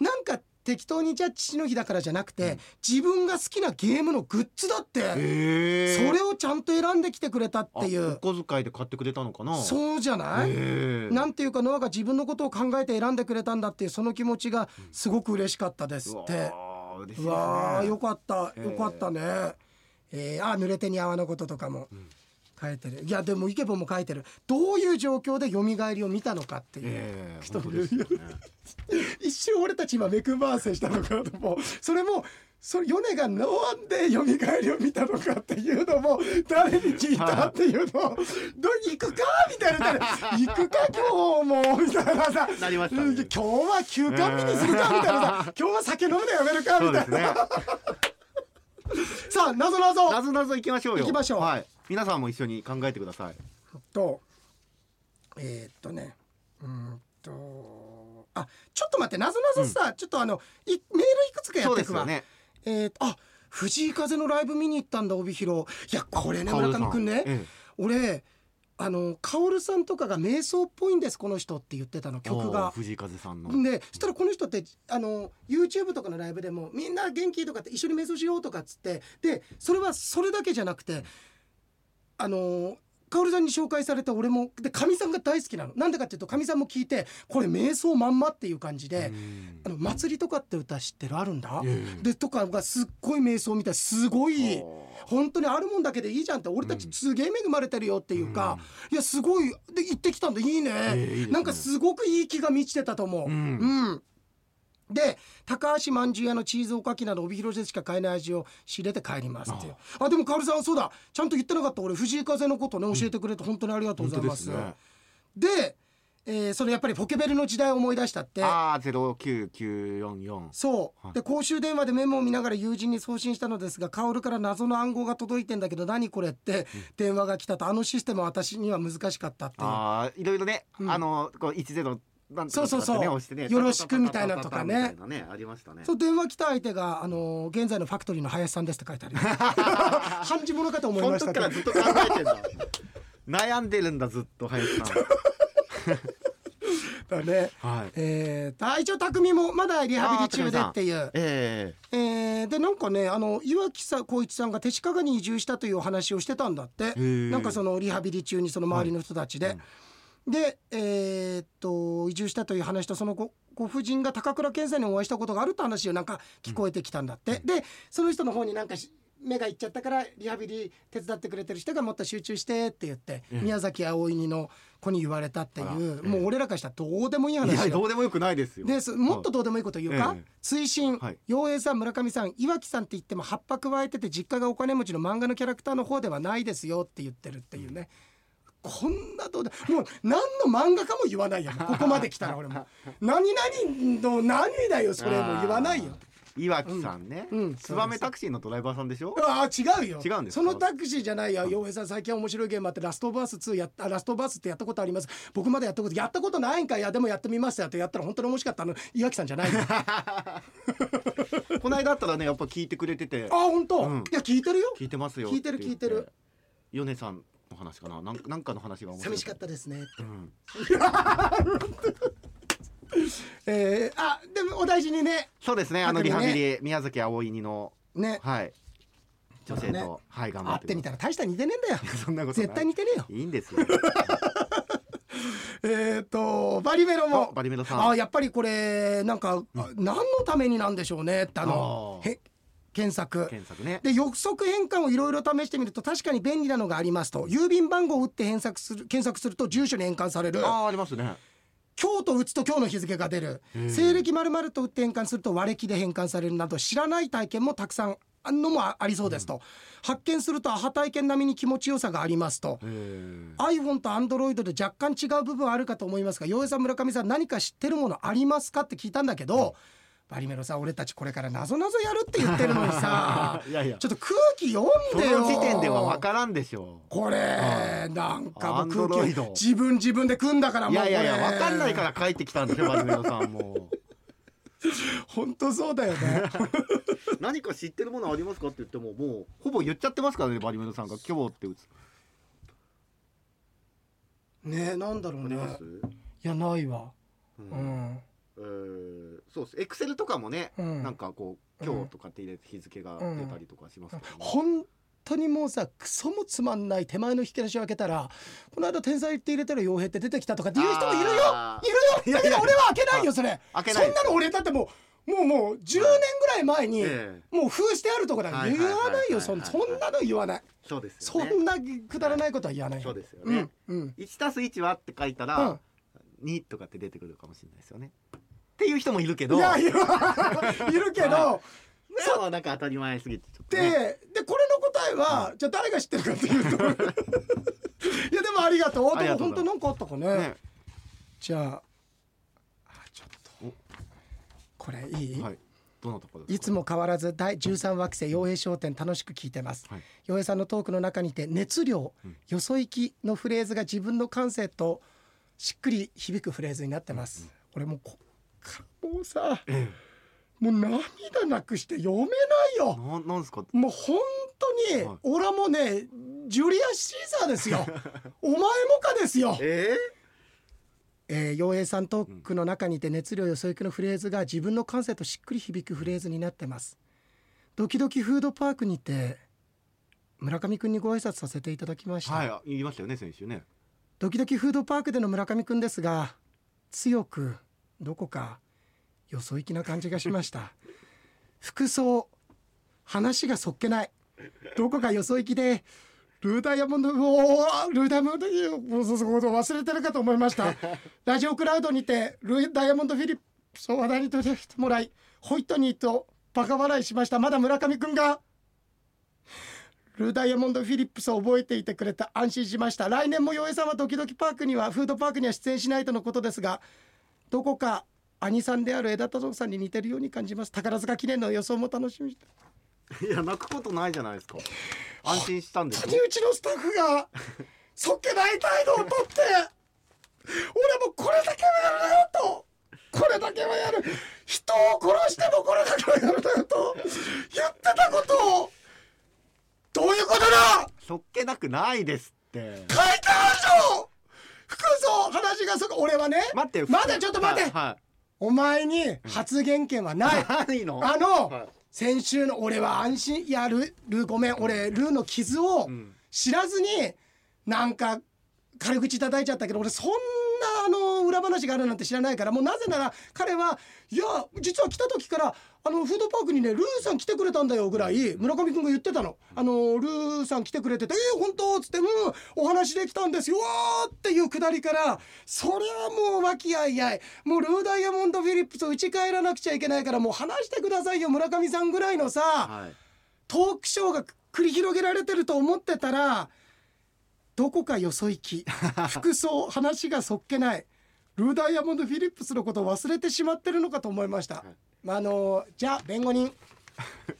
なんか適当にじゃあ父の日だからじゃなくて、自分が好きなゲームのグッズだって、
え
それをちゃんと選んできてくれたってい
あお
う
小遣いで買ってくれたのかなう
そうじゃない、
えー、
なんていうかノアが自分のことを考えて選んでくれたんだっていうその気持ちがすごく嬉しかったですって。
うわー嬉しいう
わあ
ですね
よかった
え
よかったね、えーあー濡れてに泡のこととかも書いてる、いやでもイケボも書いてるどういう状況で蘇りを見たのかっていう、
ええ
人
本当ですよね
一瞬俺たち今目くばあせしたのかなともそれもそれ米がなんで蘇りを見たのかっていうのも誰に聞いたっていうのを ど行くかみたいな行くか今日もみたいなさ
なりましたね
うん今日は休館日にするかみたいな さ今日は酒飲むのやめるか
そ
み
う
たい
です
な、
ね。
さあなぞなぞ
なぞなぞ行きましょうよ。
行きましょう
はい。皆さんも一緒に考えてください。
とえーっとねうーんとあちょっと待ってなぞなぞさ、ちょっとあのいメールいくつかや
そ
っ
う
て
で
い
す
く
よ
わ、
ね。
えーっとあ藤井風のライブ見に行ったんだ帯広いやこれね
カオル
村
さ
上くんね、
え
俺あの薫さんとかが瞑想っぽいんですこの人って言ってたの
え
曲
おー
が。
藤井風さんの。
でそしたらこの人ってあの YouTube とかのライブでもみんな元気とかって一緒に瞑想しようとかっつってでそれはそれだけじゃなくてあの薫さんに紹介された俺もでかみさんが大好きなのなんでかっていうとかみさんも聞いてこれ瞑想まんまっていう感じで
うん
「あの祭り」とかって歌知ってるあるんだ
ええ
でとかがすっごい瞑想みたいすごい
おー
本当にあるもんだけでいいじゃんって俺たちすげえ恵まれてるよっていうか、いやすごいで行ってきたんだいいね、
ええいいですね
なんかすごくいい気が満ちてたと思う。
う
う
ん
んで高橋まんじゅう屋のチーズおかきなど帯広でしか買えない味を仕入れて帰りますっていうあでもカオルさんそうだちゃんと言ってなかった俺藤井風のことね教えてくれて本当にありがとう
本
ござ
当
い
で
ます
す、ね。
で、えーそのやっぱりポケベルの時代を思い出したって
ああゼロ九九四四。
そう、
はい
で公衆電話でメモを見ながら友人に送信したのですが薫から謎の暗号が届いてんだけど何これって電話が来たとあのシステムは私には難しかったっていう
ああいろいろね、
うん
あのこう一ゼロ。なんとか
そうそうそう
とかってね押してね
よろしくみたいなとかね
タタタタタタタタみたいなねありましたね
そう電話来た相手が、あのー現在のファクトリーの林さんですって書いてある よ半字者かと思い
そ
ま
の
した
時
けど
からずっと考えてんだ悩んでるんだずっと林さん
だね
はい
えー、あ一応匠もまだリハビリ中でっていう
え
えーでなんかねあの岩木さん光一さんが手利に移住したというお話をしてたんだって
ー
なんかそのリハビリ中にその周りの人たちで、でえーっと移住したという話とそのごご婦人が高倉健さんにお会いしたことがあるって話をなんか聞こえてきたんだって、でその人の方になんかし目がいっちゃったからリハビリ手伝ってくれてる人がもっと集中してって言って、
うん
宮崎葵にの子に言われたってい
あら
う、
ええ
もう俺らからしたらどうでもいい
いや
話
ど
よ
うでもよくないですよ
ですもっとどうでもいいこと言うか、
ええ
追伸、
はい
陽平さん村上さん岩木さんって言っても葉っぱ加えてて実家がお金持ちの漫画のキャラクターの方ではないですよって言ってるっていうね、こんなどうでもう何の漫画かも言わないよ ここまで来たら俺も何々の何だよそれも言わないよ
あーいわきさんね、
うんうん
ツバメタクシーのドライバーさんでしょ
ああ違うよ
違うんです
そ
か
のタクシーじゃないよ洋平さん最近面白いゲームあってラストバース2やっあラストバースってやったことあります僕まだやったことやったことないんかいやでもやってみましたよってやったら本当に面白かったあの岩木さんじゃない よあ
この間だったらねやっぱ聞いてくれてて
本当、
うん
いや聞いてるよ
聞いてますよ
聞いてる
っ言っ
聞いてる
米さんの話かななんなんかの話が面白
寂しかったですねって、
うん
えー、あでもお大事にね
そうですねあの
あと
リ
ね
ハビリ、宮崎あおいにの
ね
はい女性と、
ね
はい頑張
会
っ
って
て
み
み
た
た
ら大した似てねえんだよ
そんなことない
絶対似てねえよ
いいんですよ
えっとバリメロも
あバリメロさん
あやっぱりこれなんか、あ何のためになんでしょうねってあの
あー
へ検索
検索ね
で予測変換をいろいろ試してみると確かに便利なのがありますと郵便番号を打って検索する検索すると住所に変換される
ああありますね
今日と打つと今日の日付が出る
うん
西暦まると打って変換すると和暦で変換されるなど知らない体験もたくさんあんのもあありそうですと、発見するとアハ体験並みに気持ちよさがありますと、
えー
iPhone と Android で若干違う部分はあるかと思いますが洋平さん村上さん何か知ってるものありますかって聞いたんだけど、バリメロさん俺たちこれからなぞなぞやるって言ってるのにさ
いやいや
ちょっと空気読ん
そ
でよ
の時点では分からんでしょ
これなんかもう空気
Android
自分自分で組んだから
うい
もう
やいやいや
これ
分かんないから帰ってきたんですよバリメロさんも
本当そうだよね
何か知ってるものありますかって言ってももうほぼ言っちゃってますからねバリメロさんが今日って打つ
ねえなんだろ
あ
う
り
ね
ます、
いやないわ
う
うんん
えーそうですエクセルとかもね、
うん
なんかこう今日とかって入れて日付が出たりとかしますけど、ね
本当にもうさクソもつまんない手前の引き出しを開けたらこの間天才って入れたら傭兵って出てきたとかっていう人もいるよ
あー
いるよだけど俺は開けないよそれ
開け
そ
ない
んなの俺だってもうもうもう10年ぐらい前に
ええ
もう封してあるとこだから
はい
言
はいはいはい
わないよそん
はい
そんなの言わない
そうです
そ
よ
ん
ね
なくだらないことは言わない
そうですよ
う
ね
ん、うん
1たす1はって書いた
うん
ら、2とかって出てくるかもしれないですよねっていう人もいるけど
いやい やいるけど
そうはなんか当たり前すぎてちょっと、
で
ね、
でこれの答えはじゃあ誰が知ってるかっていう といやでもありがとう
あ
で
り
も
がとう
本当
ございます
なんかあったかね
ね
じゃああちょっとこれいい
はいどのところです
い
か
つも変わらず第13惑星洋平商店楽しく聞いてます
はい
洋平さんのトークの中にて熱量、よそ行きのフレーズが自分の感性としっくり響くフレーズになってます、俺もうこっからもうさ
え
もう涙なくして読めない
え
よ
ななんですか
もう本当に、
はい
俺はもうねジュリア・シーザーですよ お前もかですよ
え
えー、陽平さんトークの中にて熱量予想行きのフレーズが自分の感性としっくり響くフレーズになってますドキドキフードパークにて村上くんにご挨拶させていただきました、
はいあ言いましたよね先週ね
ドキドキフードパークでの村上くんですが強くどこかよそ行きな感じがしました服装話がそっけないどこかよそ行きでルーダイヤモンドおールーダイヤモンドもうそうそう忘れてるかと思いましたラジオクラウドにてルーダイヤモンドフィリップスを話題に取り上げてもらいホイットニーとバカ笑いしましたまだ村上くんがルーダイヤモンド・フィリップスを覚えていてくれた安心しました来年も洋江さんはドキドキパークにはフードパークには出演しないとのことですがどこか兄さんである枝田さんに似てるように感じます宝塚記念の予想も楽しみにして
いや泣くことないじゃないですか 安心したんです
竹
よ
内のスタッフがそっけない態度をとって俺もこれだけはやるよとこれだけはやる人を殺してもこれだけはやるよと言ってたことをどういうことだ
そっけなくないですって
書いてあるでしょ服装話がそこ俺はね
待って
まだちょっと待って、
は
お前に発言権はない、
い、はい、何の
あの、
はい
先週の俺は安心いやルルごめん俺ルーの傷を
ん
知らずになんか軽口叩いちゃったけど俺そんなあの裏話があるなんて知らないからもうなぜなら彼はいや実は来た時からあのフードパークにねルーさん来てくれたんだよぐらい村上君が言ってたの「あのルーさん来てくれててえー、本当?」っつって「うんお話できたんですよ」っていうくだりからそれはもう和気あいあいもうルーダイヤモンド・フィリップス打ち返らなくちゃいけないからもう話してくださいよ村上さんぐらいのさ、
はい
トークショーが繰り広げられてると思ってたらどこかよそ行 き服装話がそっけないルーダイヤモンド・フィリップスのことを忘れてしまってるのかと思いました、
い
まああのじゃあ弁護 人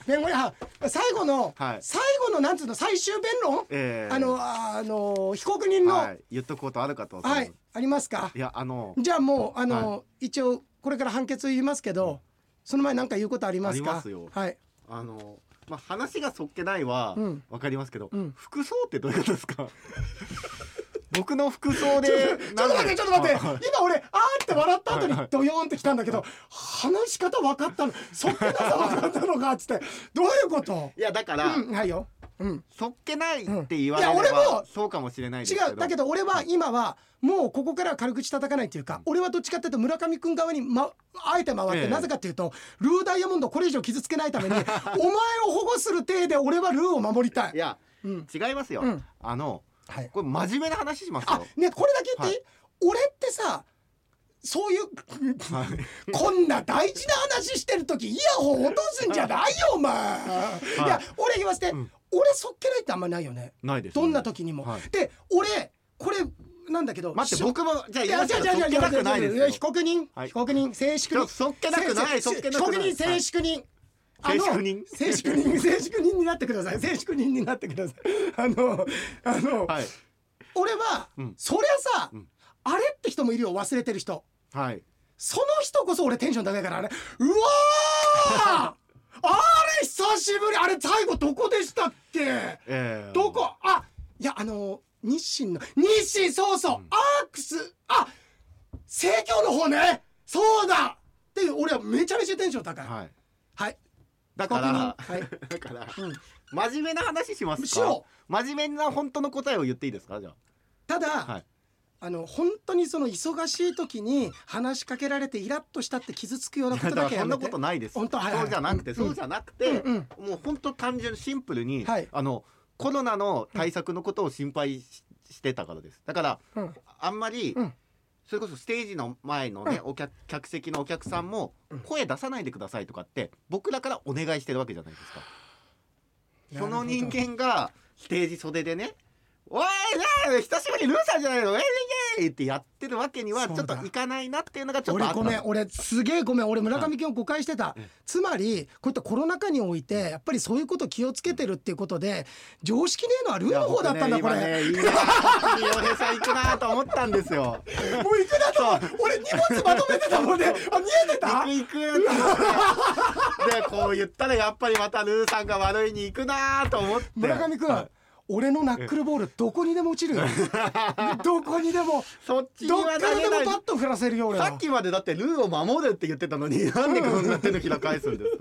弁護人あ最後の、
はい
最後のなんつうの最終弁論、
ええ
あのああの被告人のは、
はいい、言っとくことあるかと、
ありますか
いやあの
じゃあもうあの、
は
一応これから判決言いますけどその前何か言うことありますか
ありますよ
はい
あの、まあ、話がそっけないは
うん
わかりますけど、
うん
服装ってどういうことですか 僕の服装で
ちょっと待ってちょっと待って
はい
今俺あーって笑った後
はいは
に
い
ドヨーンってきたんだけど話し方分かったのそっけなさ分かったのかっつってどういうこと
いやだから、
うんはいよ、うん、
そっけないって言われれば、
うんいや俺も
そうかもしれないですけど
違うだけど俺は今はもうここからは軽口叩かないというか俺はどっちかっていうと村上君側に、ま、あえて回っ
え
て
え
なぜかっていうとルーダイヤモンドをこれ以上傷つけない ためにお前を保護する体で俺はルーを守りた
い
い。
や、
うん
違いますよ、
うん
あの
はい
これ真面目な話します
あ
よ
ねこれだけ言っていい、俺ってさそういう
はい
こんな大事な話してる時イヤホン落とすんじゃないよお前、い、や俺言わせて、
ん
俺そっけないってあんまないよね
ないです、
どんな時にも、
はい
で俺これなんだけど
待って
しょ
僕もじゃあ
いや
言
違う
い
違う違う違う
ますけどそっけなくないですよ
被告人、
はい
被告人静
ち
粛
ょっ
に
とそっけなくないそっけなくな
被
い
告人
は
静
い
粛人あ
静
の
粛人
静粛 人静粛人になってください静粛人になってくださいあのあの、
はい
俺は、
うん
そりゃさ、
ん
あれって人もいるよ忘れてる人
はい
その人こそ俺テンション高いからあれうわーあれ久しぶりあれ最後どこでしたっけ
えー
どこあいやあの日清の日清そうそう、アークスあ生協の方ねそうだっていう俺はめちゃめちゃテンション高いはい、
はいだから、
確認はい
だから、
うん
真面目な話しますか
しよ
真面目な本当の答えを言っていいですかじゃ
ただ、
あはい
あの本当にその忙しい時に話しかけられてイラッとしたって傷つくようなこと
だ
だ
か
け
ら
や
そん
め
な
て
ことないです
本当はいはい
そうじゃなくて、
うん
そうじゃなくて、
うん
もう本当単純シンプルに、
はい
あのコロナの対策のことを心配し,、てたからですだから
うん
あんまり、
うん
それこそステージの前のね、お客客席のお客さんも声出さないでくださいとかって僕らからお願いしてるわけじゃないですか。その人間がステージ袖でね「おいなあ久しぶりルーさんじゃないのウェイウェイウェイ!」ってやってるわけには
そ
ち
う
ょ
だ
っといかないなっていうのがちょっ
俺
とあった
ごめん俺すげえごめん俺村上君を誤解してた、つまりこういったコロナ禍においてやっぱりそういうこと気をつけてるっていうことで常識ねえのはルーの方だったんだこれ、
いや僕ね今ねいいな洋平さん行くなと思ったんですよ
もう行くな と思う俺荷物まとめてたもんねあ見えて
行
た
く行くと思ってでこう言ったらやっぱりまたルーさんが悪いに行くなと思って
村上君、
はい
俺のナックルボールどこにでも落ちるよ どこにで も
そっちに
どっ
は
か
投
らで
げ
も
ない
バット振らせるよ俺は
さっきまでだってルーを守るって言ってたのになんでこんな手のひら返すんです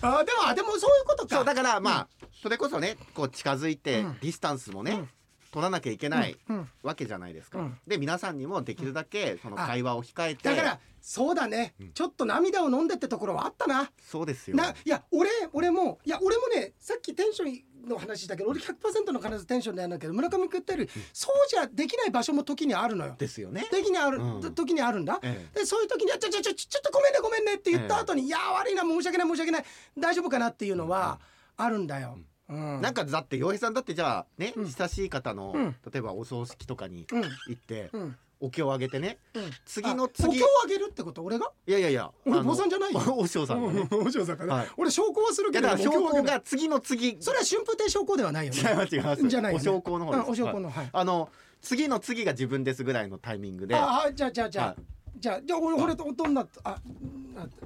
か
あでもあでもそういうことか
そうだからまあ、それこそねこう近づいてディスタンスもね、取らなきゃいけない
うんうん
わけじゃないですか、
うん
で皆さんにもできるだけその
あ
会話を控えて
だからそうだね、ちょっと涙を飲んでってところはあったな
そうですよ
ないや俺俺もいや俺もねさっきテンションの話だけど俺100%の必ずテンションなんだけど村上君ってよりそうじゃできない場所も時にあるのよ。
ですよね
時にある、
うん
と時にあるんだ、
え
でそういう時に「あちょちょちょちょっとごめんねごめんね」って言った後に「いやー悪いな申し訳ない申し訳ない大丈夫かな」っていうのはあるんだよ。うん
なんかだって洋平さんだってじゃあね、
うん
親しい方の、
うん
例えばお葬式とかに
うん
行って、
うん
お経をあげてね
うん
次の
あお
次
経をあげるってこと俺が
いやいやいや
俺
あの
坊さんじゃないよ
お嬢さんがね、い
お嬢さん か
はい
俺証拠はするけ
や
ど
だから
お経
証
をあげ
拠
ない
が次の次
それは春風亭証拠ではないよ
違
ね。
います違います
じゃないよ
お
ね
証拠の方で
う
す
んお証拠のはい
あの次の次が自分ですぐらいのタイミングで
ああじゃあじゃあじゃあ、
はい
じゃあじゃあ俺俺どどんなああ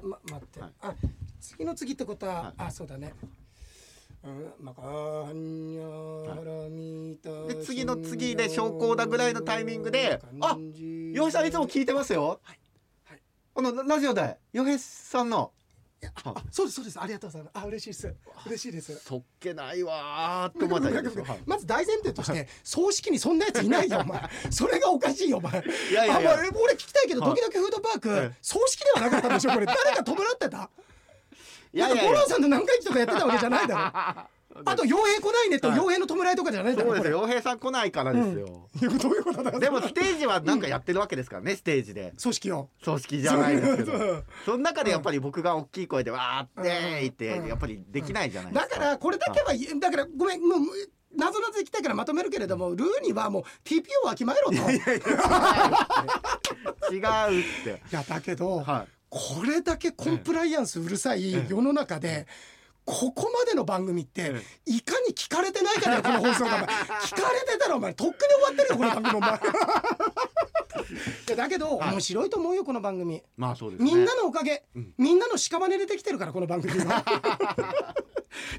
ま待って、
はい
あ次の次ってことは、
はい
あそうだね。うんまあこんにゃらみた
で次の次で昇降だぐらいのタイミングであ洋
よ
平さんいつも聞いてますよ。
はい
このラジオで洋平さんの
あそうですそうですありがとうございますあ嬉しいです嬉しいです
そっけないわーと思ったらいい ですよはい
まず大前提として葬式にそんなやついないよお前 それがおかしいよお前
いやいやいや
あまあ俺聞きたいけど
はい
時々フードパーク、
はい
葬式ではなかったんでしょこれ誰か弔ってた
いやい
な
やい
んか
や
五郎さんと何回忌とかやってたわけじゃないだろ あと傭兵来ないねと
はい
傭兵の弔いとかじゃないだ
そ
ろ
うです
こ
よ洋平さん来ないからですよ、
れどういうことだろう
でもステージはなんかやってるわけですからね、ステージで
組織を
葬式じゃないですけど
そうそう
その中でやっぱり僕が大きい声でわーって言って、
うん
やっぱりできないじゃないです
だ
か、
からこれだけは言えだからごめんもうもう謎々行きたいからまとめるけれどもルーにはもう TPO をわきまえろとい
違うって
やだけど、
は
これだけコンプライアンスうるさい世の中で、ここまでの番組って、いかに聞かれてないかだよ、この放送が。お前 聞かれてたら、お前、とっくに終わってるよ、この番組、お前。いやだけど、
はい
面白いと思うよ、この番組。
まあそうですね
みんなのおかげ、
うん
みんなの屍出てきてるから、この番組 は。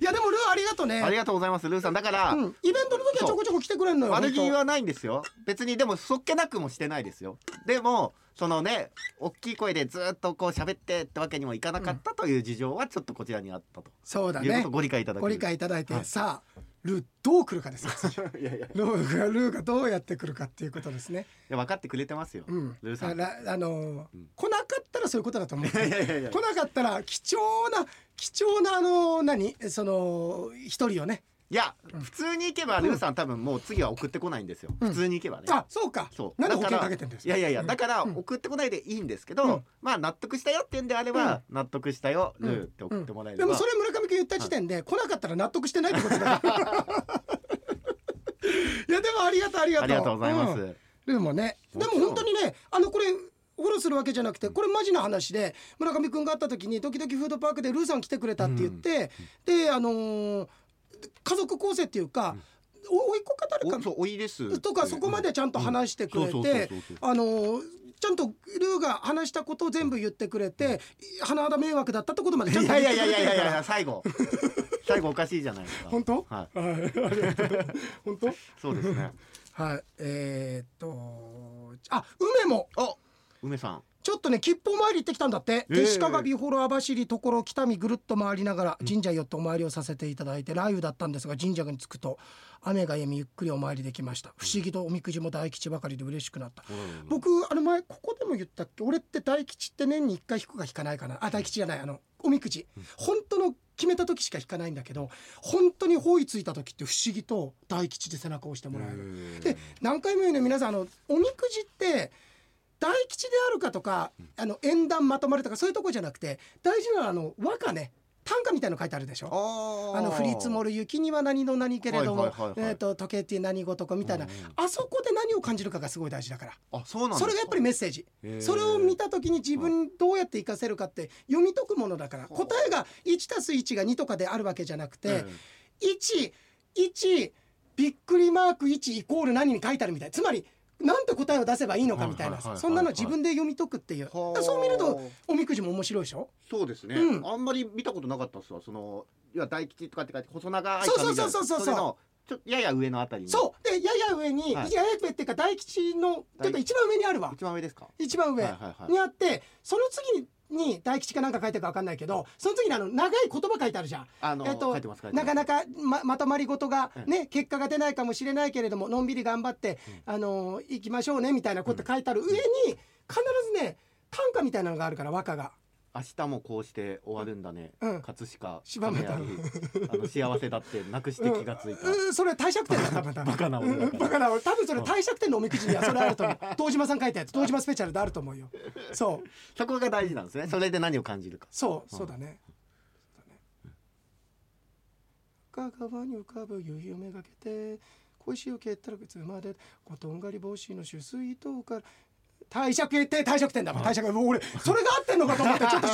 いや、でも、ルー、ありがとうね。
ありがとうございますルーさんだから、
うん、イベントの時はちょこちょこ来てくれるのよ。
悪気
本当
はないんですよ別にでもそっけなくもしてないですよでもそのね大きい声でずっとこう喋ってってわけにもいかなかったという事情はちょっとこちらにあったと、
そうだ
いうこと
ね
を。ご理解いただけ
ご
る
理解いただいて、
はい
さあ、ルー、どう来るかです よ。
いやいやい
ルーが、ルーがどうやって来るかっていうことですね。
や分かってくれてますよ、
うん、
ルーさん
あらあのー
うん
来なかったらそういうことだと思う。
いやいやいやいや
来なかったら貴重な貴重なあのー何その一人をね。
いや、普通に行けばルーさん多分もう次は送ってこないんですよ、
うん
普通に行けばね
あそうか。
そう
なんで
だ
保
から
険かけてんですか。
いやいやいや
うん
だから
うん
送ってこないでいいんですけど、
うん
まあ納得したよっていうんであれば、納得したよルーって送ってもらえれ
で
ば、
もそれ村上君言った時点で来なかったら納得してないってことだから。 いやでもありがとうありがとう。
ありがとうございます、
うんでもねで
もち
も
ろん
本当にねあのこれフォローするわけじゃなくてこれマジな話で村上君が会った時に時々フードパークでルーさん来てくれたって言って、であのー家族構成っていうか、おおいっ子か誰
お
か
そうおいです
とかそこまでちゃんと話してくれ
うんそうそう
て
そうそう
あのーちゃんとルーが話したことを全部言ってくれて甚だ迷惑だったってことまでちゃん
い
と
や
言
い
っ
や
て
い
く
や
れて
い
るか
やいやいや
ら
最後最後おかしいじゃないですか
本当
は
はいあ りがとう 本当
いそうですね
はいえーっとあ梅も
お梅さん
ちょっとね吉報参り行ってきたんだって、
ええ
弟子鏡美幌網走所北見ぐるっと回りながら神社へ寄ってお参りをさせていただいて、雷雨だったんですが神社に着くと雨が止みゆっくりお参りできました不思議とおみくじも大吉ばかりで嬉しくなった、僕あの前ここでも言ったっけ俺って大吉って年に1回引くか引かないかなあ大吉じゃないあのおみくじ、本当の決めた時しか引かないんだけど本当に方位ついた時って不思議と大吉で背中を押してもらえる、で何回も言うね皆さんあのおみくじって大吉であるかとか、あの縁談まとまるとかそういうとこじゃなくて大事なのはあの和歌ね短歌みたいの書いてあるでしょあ
あ
の降り積もる雪には何の何けれども、
はいはいはいはい
えー、と時計って何事かみたいな、
うんうん
あそこで何を感じるかがすごい大事だから
あそうなん
それがやっぱりメッセージ
り
それを見た時に自分どうやって活かせるかって読み解くものだから
ほう
答えが1たす1が2とかであるわけじゃなくて11びっくりマーク1イコール何に書いてあるみたいつまりなんて答えを出せばいいのかみたい
は
ない
はいはいはい
そんなの自分で読み解くっていうだ
はあ
からそう見るとおみくじも面白いでしょ
そうですね、
うん
あんまり見たことなかったっすわそのいや大吉とかって書いて細長い
そうそう
紙じゃない
そうそうそう
れのちょっとやや上のあたりに
そうでやや上にや
はい
や上っていうか大吉のていうか一番上にあるわ
一番上ですか
一番上
はいはいはい
にあってその次にに大吉かなんか書いてるか分かんないけどその次にあの長い言葉書いてあるじゃん。
あの、
えっと
書いてます書いてま
な
す
かなかままとまり事が
うん
ね、結果が出ないかもしれないけれどものんびり頑張って、あのー行きましょうねみたいなこと書いてある上に、必ずね短歌みたいなのがあるから和歌が。
明日もこうして終わるんだね、
うん
葛飾
柴又
亀有あの幸せだってなくして気がついた、
うん、それ帝釈天だ多分多分
バカな
う
俺だ
ん
から
バカな俺多分それ帝釈天のおみくじにはそれあると思う 東島さん書いたやつ東島スペシャルであると思うよそう
そこが大事なんですねそれで何を感じるか
そう
うん
そうだね深川に浮かぶ夕をめがけて恋しいを蹴ったら靴までことんがり帽子の取水塔から帝釈天って帝釈天だもん帝釈天もう俺それが合ってんのかと思 ってちょっと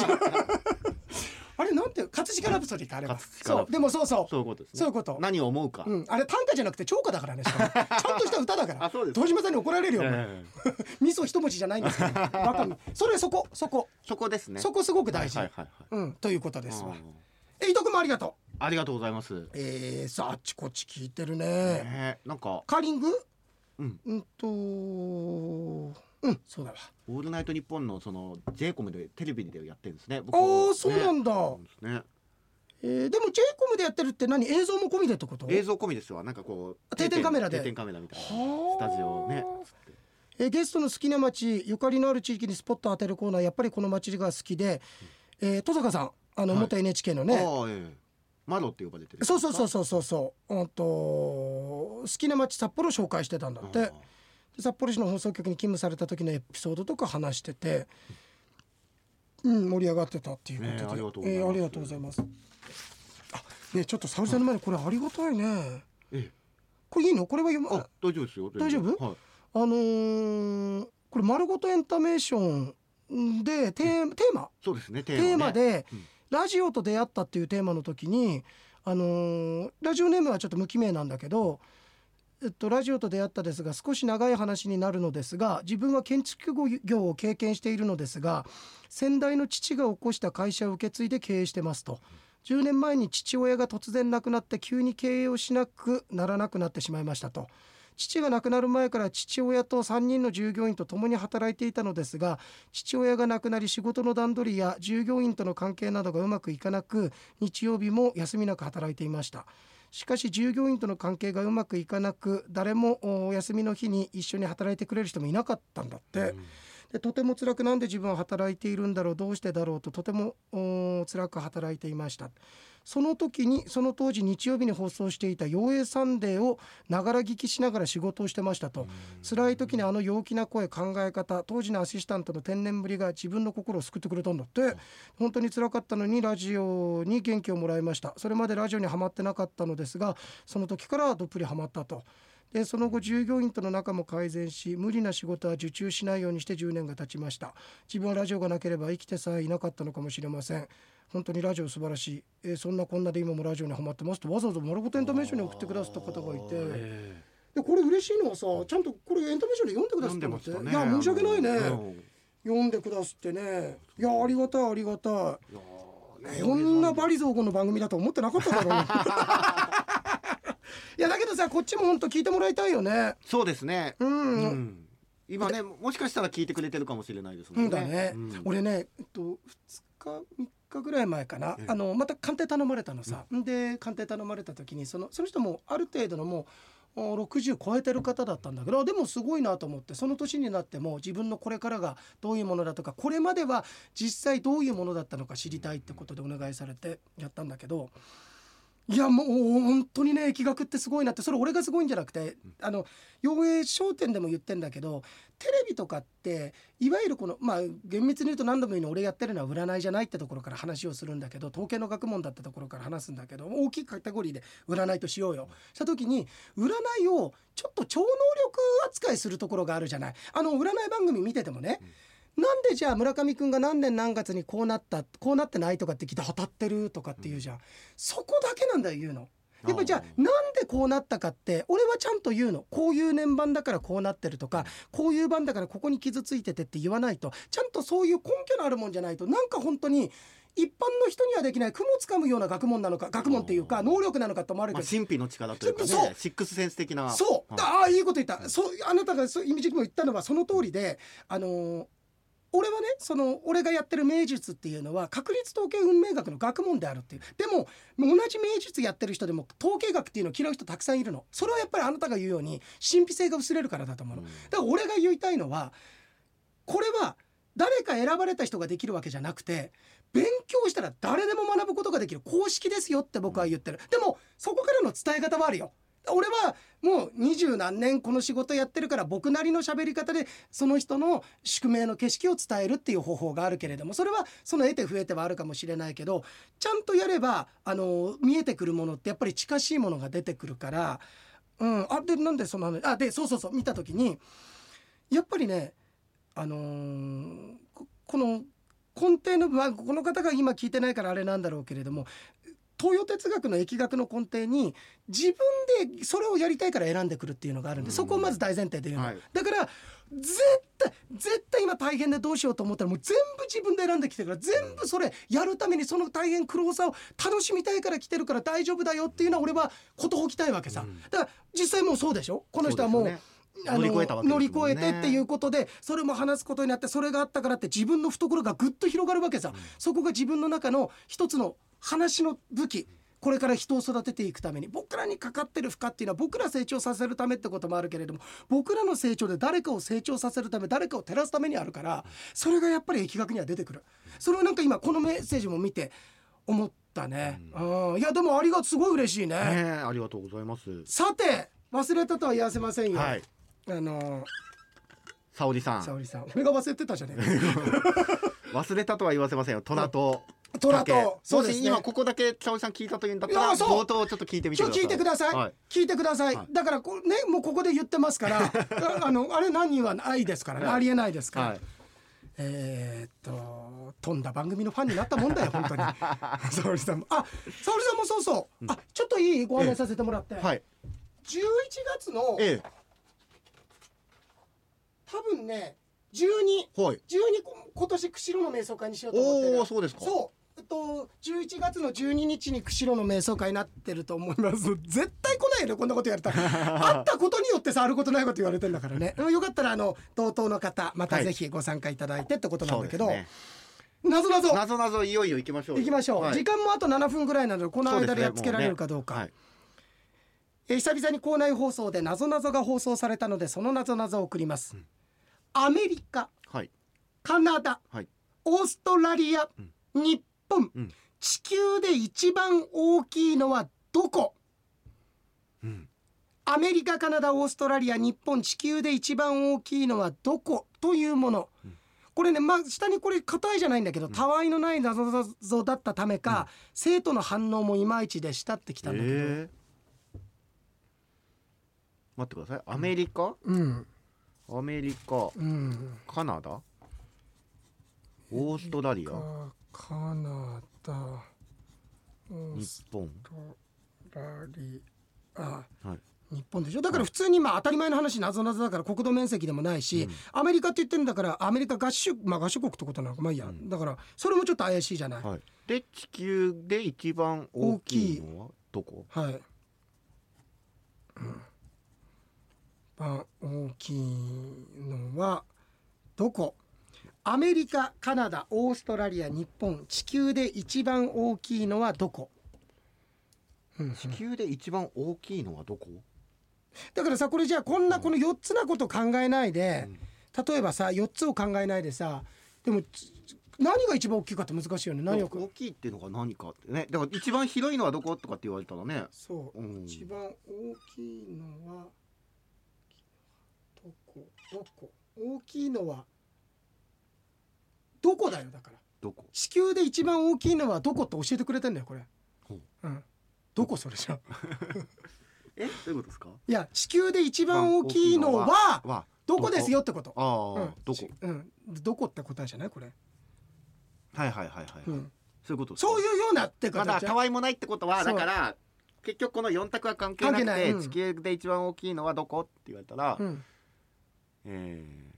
あれなんて葛飾ラプソディかあれは
葛飾ラ
そ
プソディ
うでもそうそう
そういうことですね
そういうこと
何を思うか、
うん、あれ短歌じゃなくて超歌だからねし かもちゃんとした歌だから
あそうです
東島さんに怒られるよ、お前
ええ
ミソ一文字じゃないんです けどバカみそれそこそこ、
そこですね
そこすごく大事、
はいはいはい
うん、ということです
は
わ
い、うん
え伊藤君もありがと
ありがとうございます、
うえー、さああっちこっち聞いてるね
ええなんか
カーリング
うん
うんとうんそうだわ
オールナイトニッポンのその J コムでテレビでやってるんですね。僕
あーそうなんだ、
そうですね。
えーでも j コムでやってるって何映像も込みでってこと
映像込みですわ。なんかこう
定点カメラで
定点カメラみたいな
は
ス
あ
タジオね。
えーゲストの好きな町ゆかりのある地域にスポットを当てるコーナーやっぱりこの町が好きで、えー、戸坂さんあの
はい
元 NHK の
あ
ね、
あええ。マロって呼ばれてる。
そうそうそうそうそうそううんと好きな町札幌紹介してたんだって
あー
で札幌市の放送局に勤務された時のエピソードとか話してて、うん、盛り上がってたっていうことで、
ねえありがとうございます
えーありがとうございますあねえちょっと沙織さんの前にこれありがたいね
ええ
これいいのこれは読ま
あ大丈夫ですよ。
大丈夫
はい。
あのーこれ「丸ごとエンタメーションで」テーテーマ
そうですね。テ
テ
ね
ーマ。で
うん
「ラジオと出会った」っていうテーマの時に、あのーラジオネームはちょっと無記名なんだけど、えっと、ラジオと出会ったですが少し長い話になるのですが自分は建築業を経験しているのですが先代の父が起こした会社を受け継いで経営してますと。10年前に父親が突然亡くなって急に経営をしなくならなくなってしまいましたと父が亡くなる前から父親と3人の従業員と共に働いていたのですが父親が亡くなり仕事の段取りや従業員との関係などがうまくいかなく日曜日も休みなく働いていましたしかし従業員との関係がうまくいかなく誰もおお休みの日に一緒に働いてくれる人もいなかったんだって、でとても辛くなんで自分は働いているんだろうどうしてだろうととてもお辛く働いていましたその時にその当時日曜日に放送していた「妖艶サンデー」をながら聞きしながら仕事をしてましたと辛い時にあの陽気な声考え方当時のアシスタントの天然ぶりが自分の心を救ってくれたんだって本当に辛かったのにラジオに元気をもらいましたそれまでラジオにはまってなかったのですがその時からどっぷりはまったと。でその後従業員との仲も改善し無理な仕事は受注しないようにして10年が経ちました自分はラジオがなければ生きてさえいなかったのかもしれません本当にラジオ素晴らしい、えーそんなこんなで今もラジオにはまってますとわざわざ丸ごとエンタメーションに送ってくださった方がいて、
え
でこれ嬉しいのはさちゃんとこれエンタメーションで読んで
え
くださ
読
っ
ん
たの
で
っ
ま
て、
したね。
いや申し訳ないね、
うん
読んでくださってねいやありがたいありがた
いやー
い
ね
こんなバリ雑言の番組だと思ってなかっただろう いやだけどさこっちも本当聞いてもらいたいよね
そうですね。
うん、
うん今ねもしかしたら聞いてくれてるかもしれないですも
うん
ん
だね、
うん
俺ね、えっと、2日3日ぐらい前かな、
ええ
あのまた鑑定頼まれたのさ、で鑑定頼まれた時にそのその人もある程度のもうお60超えてる方だったんだけどあでもすごいなと思ってその年になっても自分のこれからがどういうものだとかこれまでは実際どういうものだったのか知りたいってことでお願いされてやったんだけど。いやもう本当にね疫学ってすごいなってそれ俺がすごいんじゃなくて、あの陽影商店でも言ってんだけどテレビとかっていわゆるこのまあ厳密に言うと何度も言うの俺やってるのは占いじゃないってところから話をするんだけど統計の学問だってところから話すんだけど大きいカテゴリーで占いとしようよした時に占いをちょっと超能力扱いするところがあるじゃないあの占い番組見ててもね、なんでじゃあ村上君が何年何月にこうなったこうなってないとかって聞いて当たってるとかって言うじゃん、そこだけなんだよ言うの。やっぱりじゃあなんでこうなったかって俺はちゃんと言うのこういう年番だからこうなってるとかこういう番だからここに傷ついててって言わないとちゃんとそういう根拠のあるもんじゃないとなんか本当に一般の人にはできない雲つかむような学問なのか学問っていうか能力なのかと思われ
ま
て
あ
る
神秘の力というかね
そう
シックスセンス的な
そう、
はい
ああいいこと言った、そうあなたがそうイミジ君も言ったのはその通りであのー俺はねその俺がやってる名術っていうのは確率統計運命学の学問であるっていうでも同じ名術やってる人でも統計学っていうのを嫌う人たくさんいるのそれはやっぱりあなたが言うように神秘性が薄れるからだと思うの、
うん
だから俺が言いたいのはこれは誰か選ばれた人ができるわけじゃなくて勉強したら誰でも学ぶことができる公式ですよって僕は言ってる、でもそこからの伝え方はあるよ俺はもう二十何年この仕事やってるから僕なりの喋り方でその人の宿命の景色を伝えるっていう方法があるけれどもそれはその得て増えてはあるかもしれないけどちゃんとやればあの見えてくるものってやっぱり近しいものが出てくるからうんあでなんでその話あでそうそうそう見た時にやっぱりねあのーここの根底の、まあ、この方が今聞いてないからあれなんだろうけれども東洋哲学の疫学の根底に自分でそれをやりたいから選んでくるっていうのがあるんでそこをまず大前提で言うの、
はい
だから絶対絶対今大変でどうしようと思ったらもう全部自分で選んできてるから全部それやるためにその大変苦労さを楽しみたいから来てるから大丈夫だよっていうのは俺は事を置きたいわけさ、だから実際もうそうでしょこの人はもう
そうですよね
あの
乗り越えたわけですも
乗
ん
り
ね
越えてっていうことでそれも話すことになってそれがあったからって自分の懐がぐっと広がるわけさ、そこが自分の中の一つの話の武器これから人を育てていくために僕らにかかってる負荷っていうのは僕ら成長させるためってこともあるけれども僕らの成長で誰かを成長させるため誰かを照らすためにあるからそれがやっぱり疫学には出てくるそれをなんか今このメッセージも見て思ったね、うん、いやでもありがすごい嬉しいね
ねえありがとうございます。
さて忘れたとは言わせませんよ、
はい、
あの
沙織さ
沙
ん、
織さん俺が忘れてたじゃねえ
忘れたとは言わせませんよ。虎と
か虎と
そう
ですね
今ここだけ沙織さん聞いたというんだった
い
ら
やそう
冒頭をちょっと聞いてみて
今
くだ
日
さい。
聞いてください、
はい
聞いてください、
はい
だからこうねもうここで言ってますから ああのあれ何人は愛ですからね、
はい
ありえないですから、
はい
えーっと飛んだ番組のファンになったもんだよ本当 に沙織さんもあ沙織さんもそうそう、あちょっといいご案内させてもらって、
はい。
11月の
え
多分ね12
え、はい。
12こ今年釧路の瞑想会にしようと思ってる
おーそうですか
そうえっと11月の12日に釧路の瞑想会になってると思います絶対来ないよねこんなこと言われた ら会ったことによってさあることないこと言われてんだからねうんよかったらあの同等の方またぜひご参加いただいてってことなんだけど、
そうですね
謎謎
なぞなぞいよいよ行きましょうよ。
いきましょう、
はい
時間もあと7分ぐらいなのでこの
そうです
間
ね
でやっつけられるかどうか
もねはい
えー久々に校内放送で謎謎が放送されたのでその謎謎を送ります、アメリカ
はい
カナダ
はい
オーストラリア、日本、
うん
地球で一番大きいのはどこ
うん
アメリカカナダオーストラリア日本地球で一番大きいのはどこというもの、これね、まあ、下にこれ硬いじゃないんだけど、たわいのない謎々だったためか、生徒の反応もいまいちでしたってきたんだけど、
ええ待ってください。アメリカ、
うん
アメリカ、
うん
カナダ、オーストラリア、
あカナダオース
日本。
トラリア
はい。
日本でしょだから普通にまあ当たり前の話なぞなぞだから国土面積でもないし、アメリカって言ってんだからアメリカ合衆まあ合衆国ってことなのかまあいいや、だからそれもちょっと怪しいじゃない、はい
はい。で地球で一番大きいのはどこ？
うんまあ大きいのはどこアメリカカナダオーストラリア日本地球で一番大きいのはどこ、うん
地球で一番大きいのはどこ？
だからさこれじゃあこんなこの4つなこと考えないで
うん、
例えばさ4つを考えないでさでもつ何が一番大きいかって難しいよね何を
大きいっていうのが何かってね。だから一番広いのはどこ？とかって言われたらね。
そう、
うん
一番大きいのはどこどこ大きいのはどこだよだから
どこ？
地球で一番大きいのはどこって教えてくれてんだよこれ
ほう
うんどこそれじ ゃん
え、どういうことですか？
いや地球で一番大きいのは
は
どこですよってこと
ああ、
うん
どこ
ち？うんどこって答えじゃないこれ
はいはいはいはい、
う
はい
ん
そういうことですか
そういうようなって
まだ
形じゃ
たわいもないってことは
そ
だ
う
から結局この4択は関係な
関係
くて
ないうん
地球で一番大きいのはどこって言われたら、
うん
えー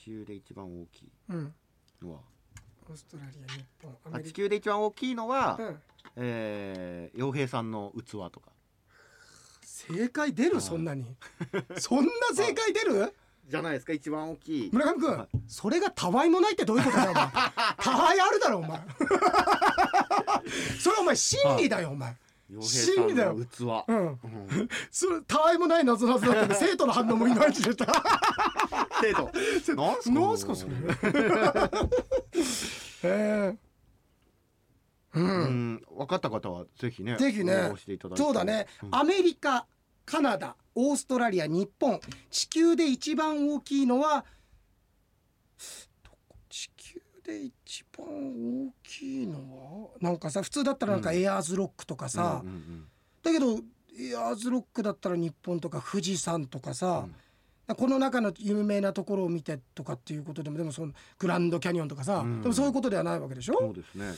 地球で一番大きい
うん
のは
オーストラリア日本ア
あ
メ
地
リ
球で一番大きいのは、
カ、うん、
えー洋平さんの器とか
正解出
は
る
い
そんなに そんな正解出る
じゃないですか一番大きい
村上君、
はい
それがたわいもないってどういうことだよお 前たわいあるだろお前 それお前真理だよお前
洋平さんの器、
うん
うん
それたわいもない謎々だったけ ど生徒の反応もいまいちでした
生徒なんすか
なんすかそ れええ
う
うん
ん分かった方はぜひね
ぜひね
応募していただいて
そうだね、
ん
アメリカカナダオーストラリア日本地球で一番大きいのはどこ地球で一番大きいのはなんかさ普通だったらなんか
うん
エアーズロックとかさ、
うんうんうん
だけどエアーズロックだったら日本とか富士山とかさ、この中の有名なところを見てとかっていうことでもでもそのグランドキャニオンとかさ、
うん
でもそういうことではないわけでしょ、
そうですね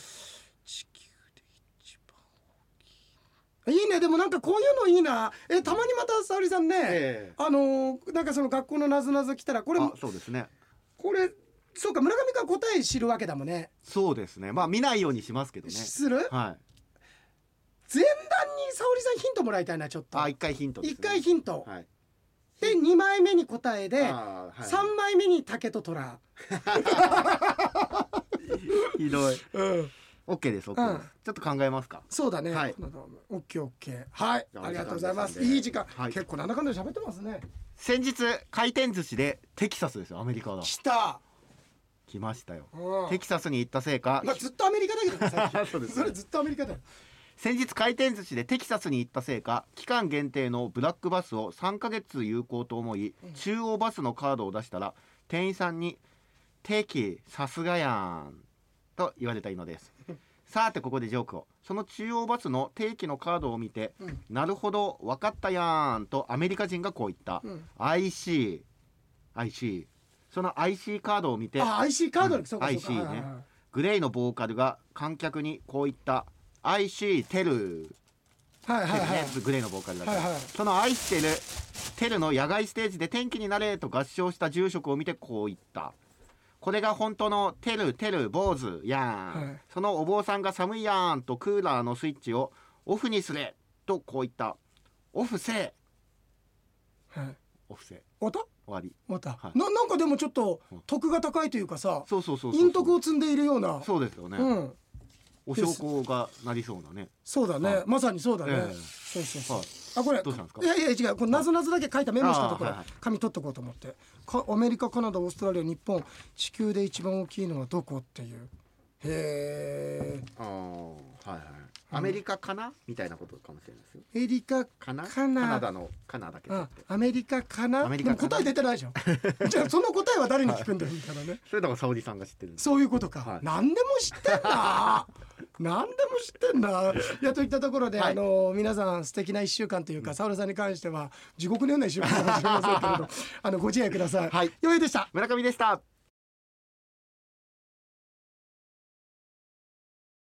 地球で一番大きいいいねでもなんかこういうのいいなえたまにまた沙織さんね、
ええ
あのーなんかその学校のなぞなぞ来たらこれ
あ
も
そうですね
これそうか村上が答え知るわけだもんね
そうですねまあ見ないようにしますけどね
する
はい
前段に沙織さんヒントもらいたいなちょっと
あ一回ヒントです、ね、
一回ヒント、
はい
で2枚目に答えで
あーは
3枚目に竹と虎、
い、ひどい
うん、
オッケーですオッケーです、ちょっと考えますか
そうだね、
はい
オッケーオッケーはい
じゃあ
ありがとうございます
お時間ですんで
いい時間、
はい
結構なんだかんだで喋ってますね
先日回転寿司でテキサスですよアメリカだ
来た、
来ましたよ
うん
テキサスに行ったせいか
まあ、ずっとアメリカだけどね最近
そうですね
それずっとアメリカだよ
先日回転寿司でテキサスに行ったせいか期間限定のブラックバスを3ヶ月有効と思い中央バスのカードを出したら店員さんに「テキさすがやん」と言われたい のですさてここでジョークをその中央バスの定期のカードを見て
う
「
ん
なるほど分かったやん」とアメリカ人がこう言った
うん
「IC」「IC」その IC カードを見て
あ IC カード
う
の
ん
そうかそうか
IC ね
はいはいはい
グレイのボーカルが観客にこう言った「愛しテル」
はいはいはい
ねグレイのボーカルだから、
はいはい
その「愛してるテル」の野外ステージで「天気になれ」と合唱した住職を見てこう言ったこれが本当の「テルテル坊主やん」
はい
そのお坊さんが「寒いやん」とクーラーのスイッチをオフにすれとこう言ったオフせえ
はい
オフせえ
また
終わり
また、
はい
ななんかでもちょっと
ん
徳が高いというかさ
そうそうそうそう
陰徳を積んでいるような
そうですよね、
うん
お証拠がなりそうなね
そうだね、
はい
まさにそうだね、
ええ
そうそうそう、
はい
あこれ
どうしたんですか
いやいや違うこれなぞなぞだけ書いたメモしたところ、
あーはいはい
紙取っとこうと思ってかアメリカカナダオーストラリア日本地球で一番大きいのはどこっていうへえ
あーはいはいアメリカかなみたいなことかもしれないですよ
アメリカ
かな
かな
カナダのカナだけど
あアメリカかな
アメリカかな
でも答え出てない じゃんじゃあその答えは誰に聞くんだよみたいなね
それだから沙織さんが知ってるんです
そういうことか、
はい
何でも知ってん な何でも知ってんないやといったところで、
はい
あの皆さん素敵な1週間というか沙織、さんに関しては地獄のような1週間かもしれませんけれどあのご自愛ください。
はい
よいでした
村上でした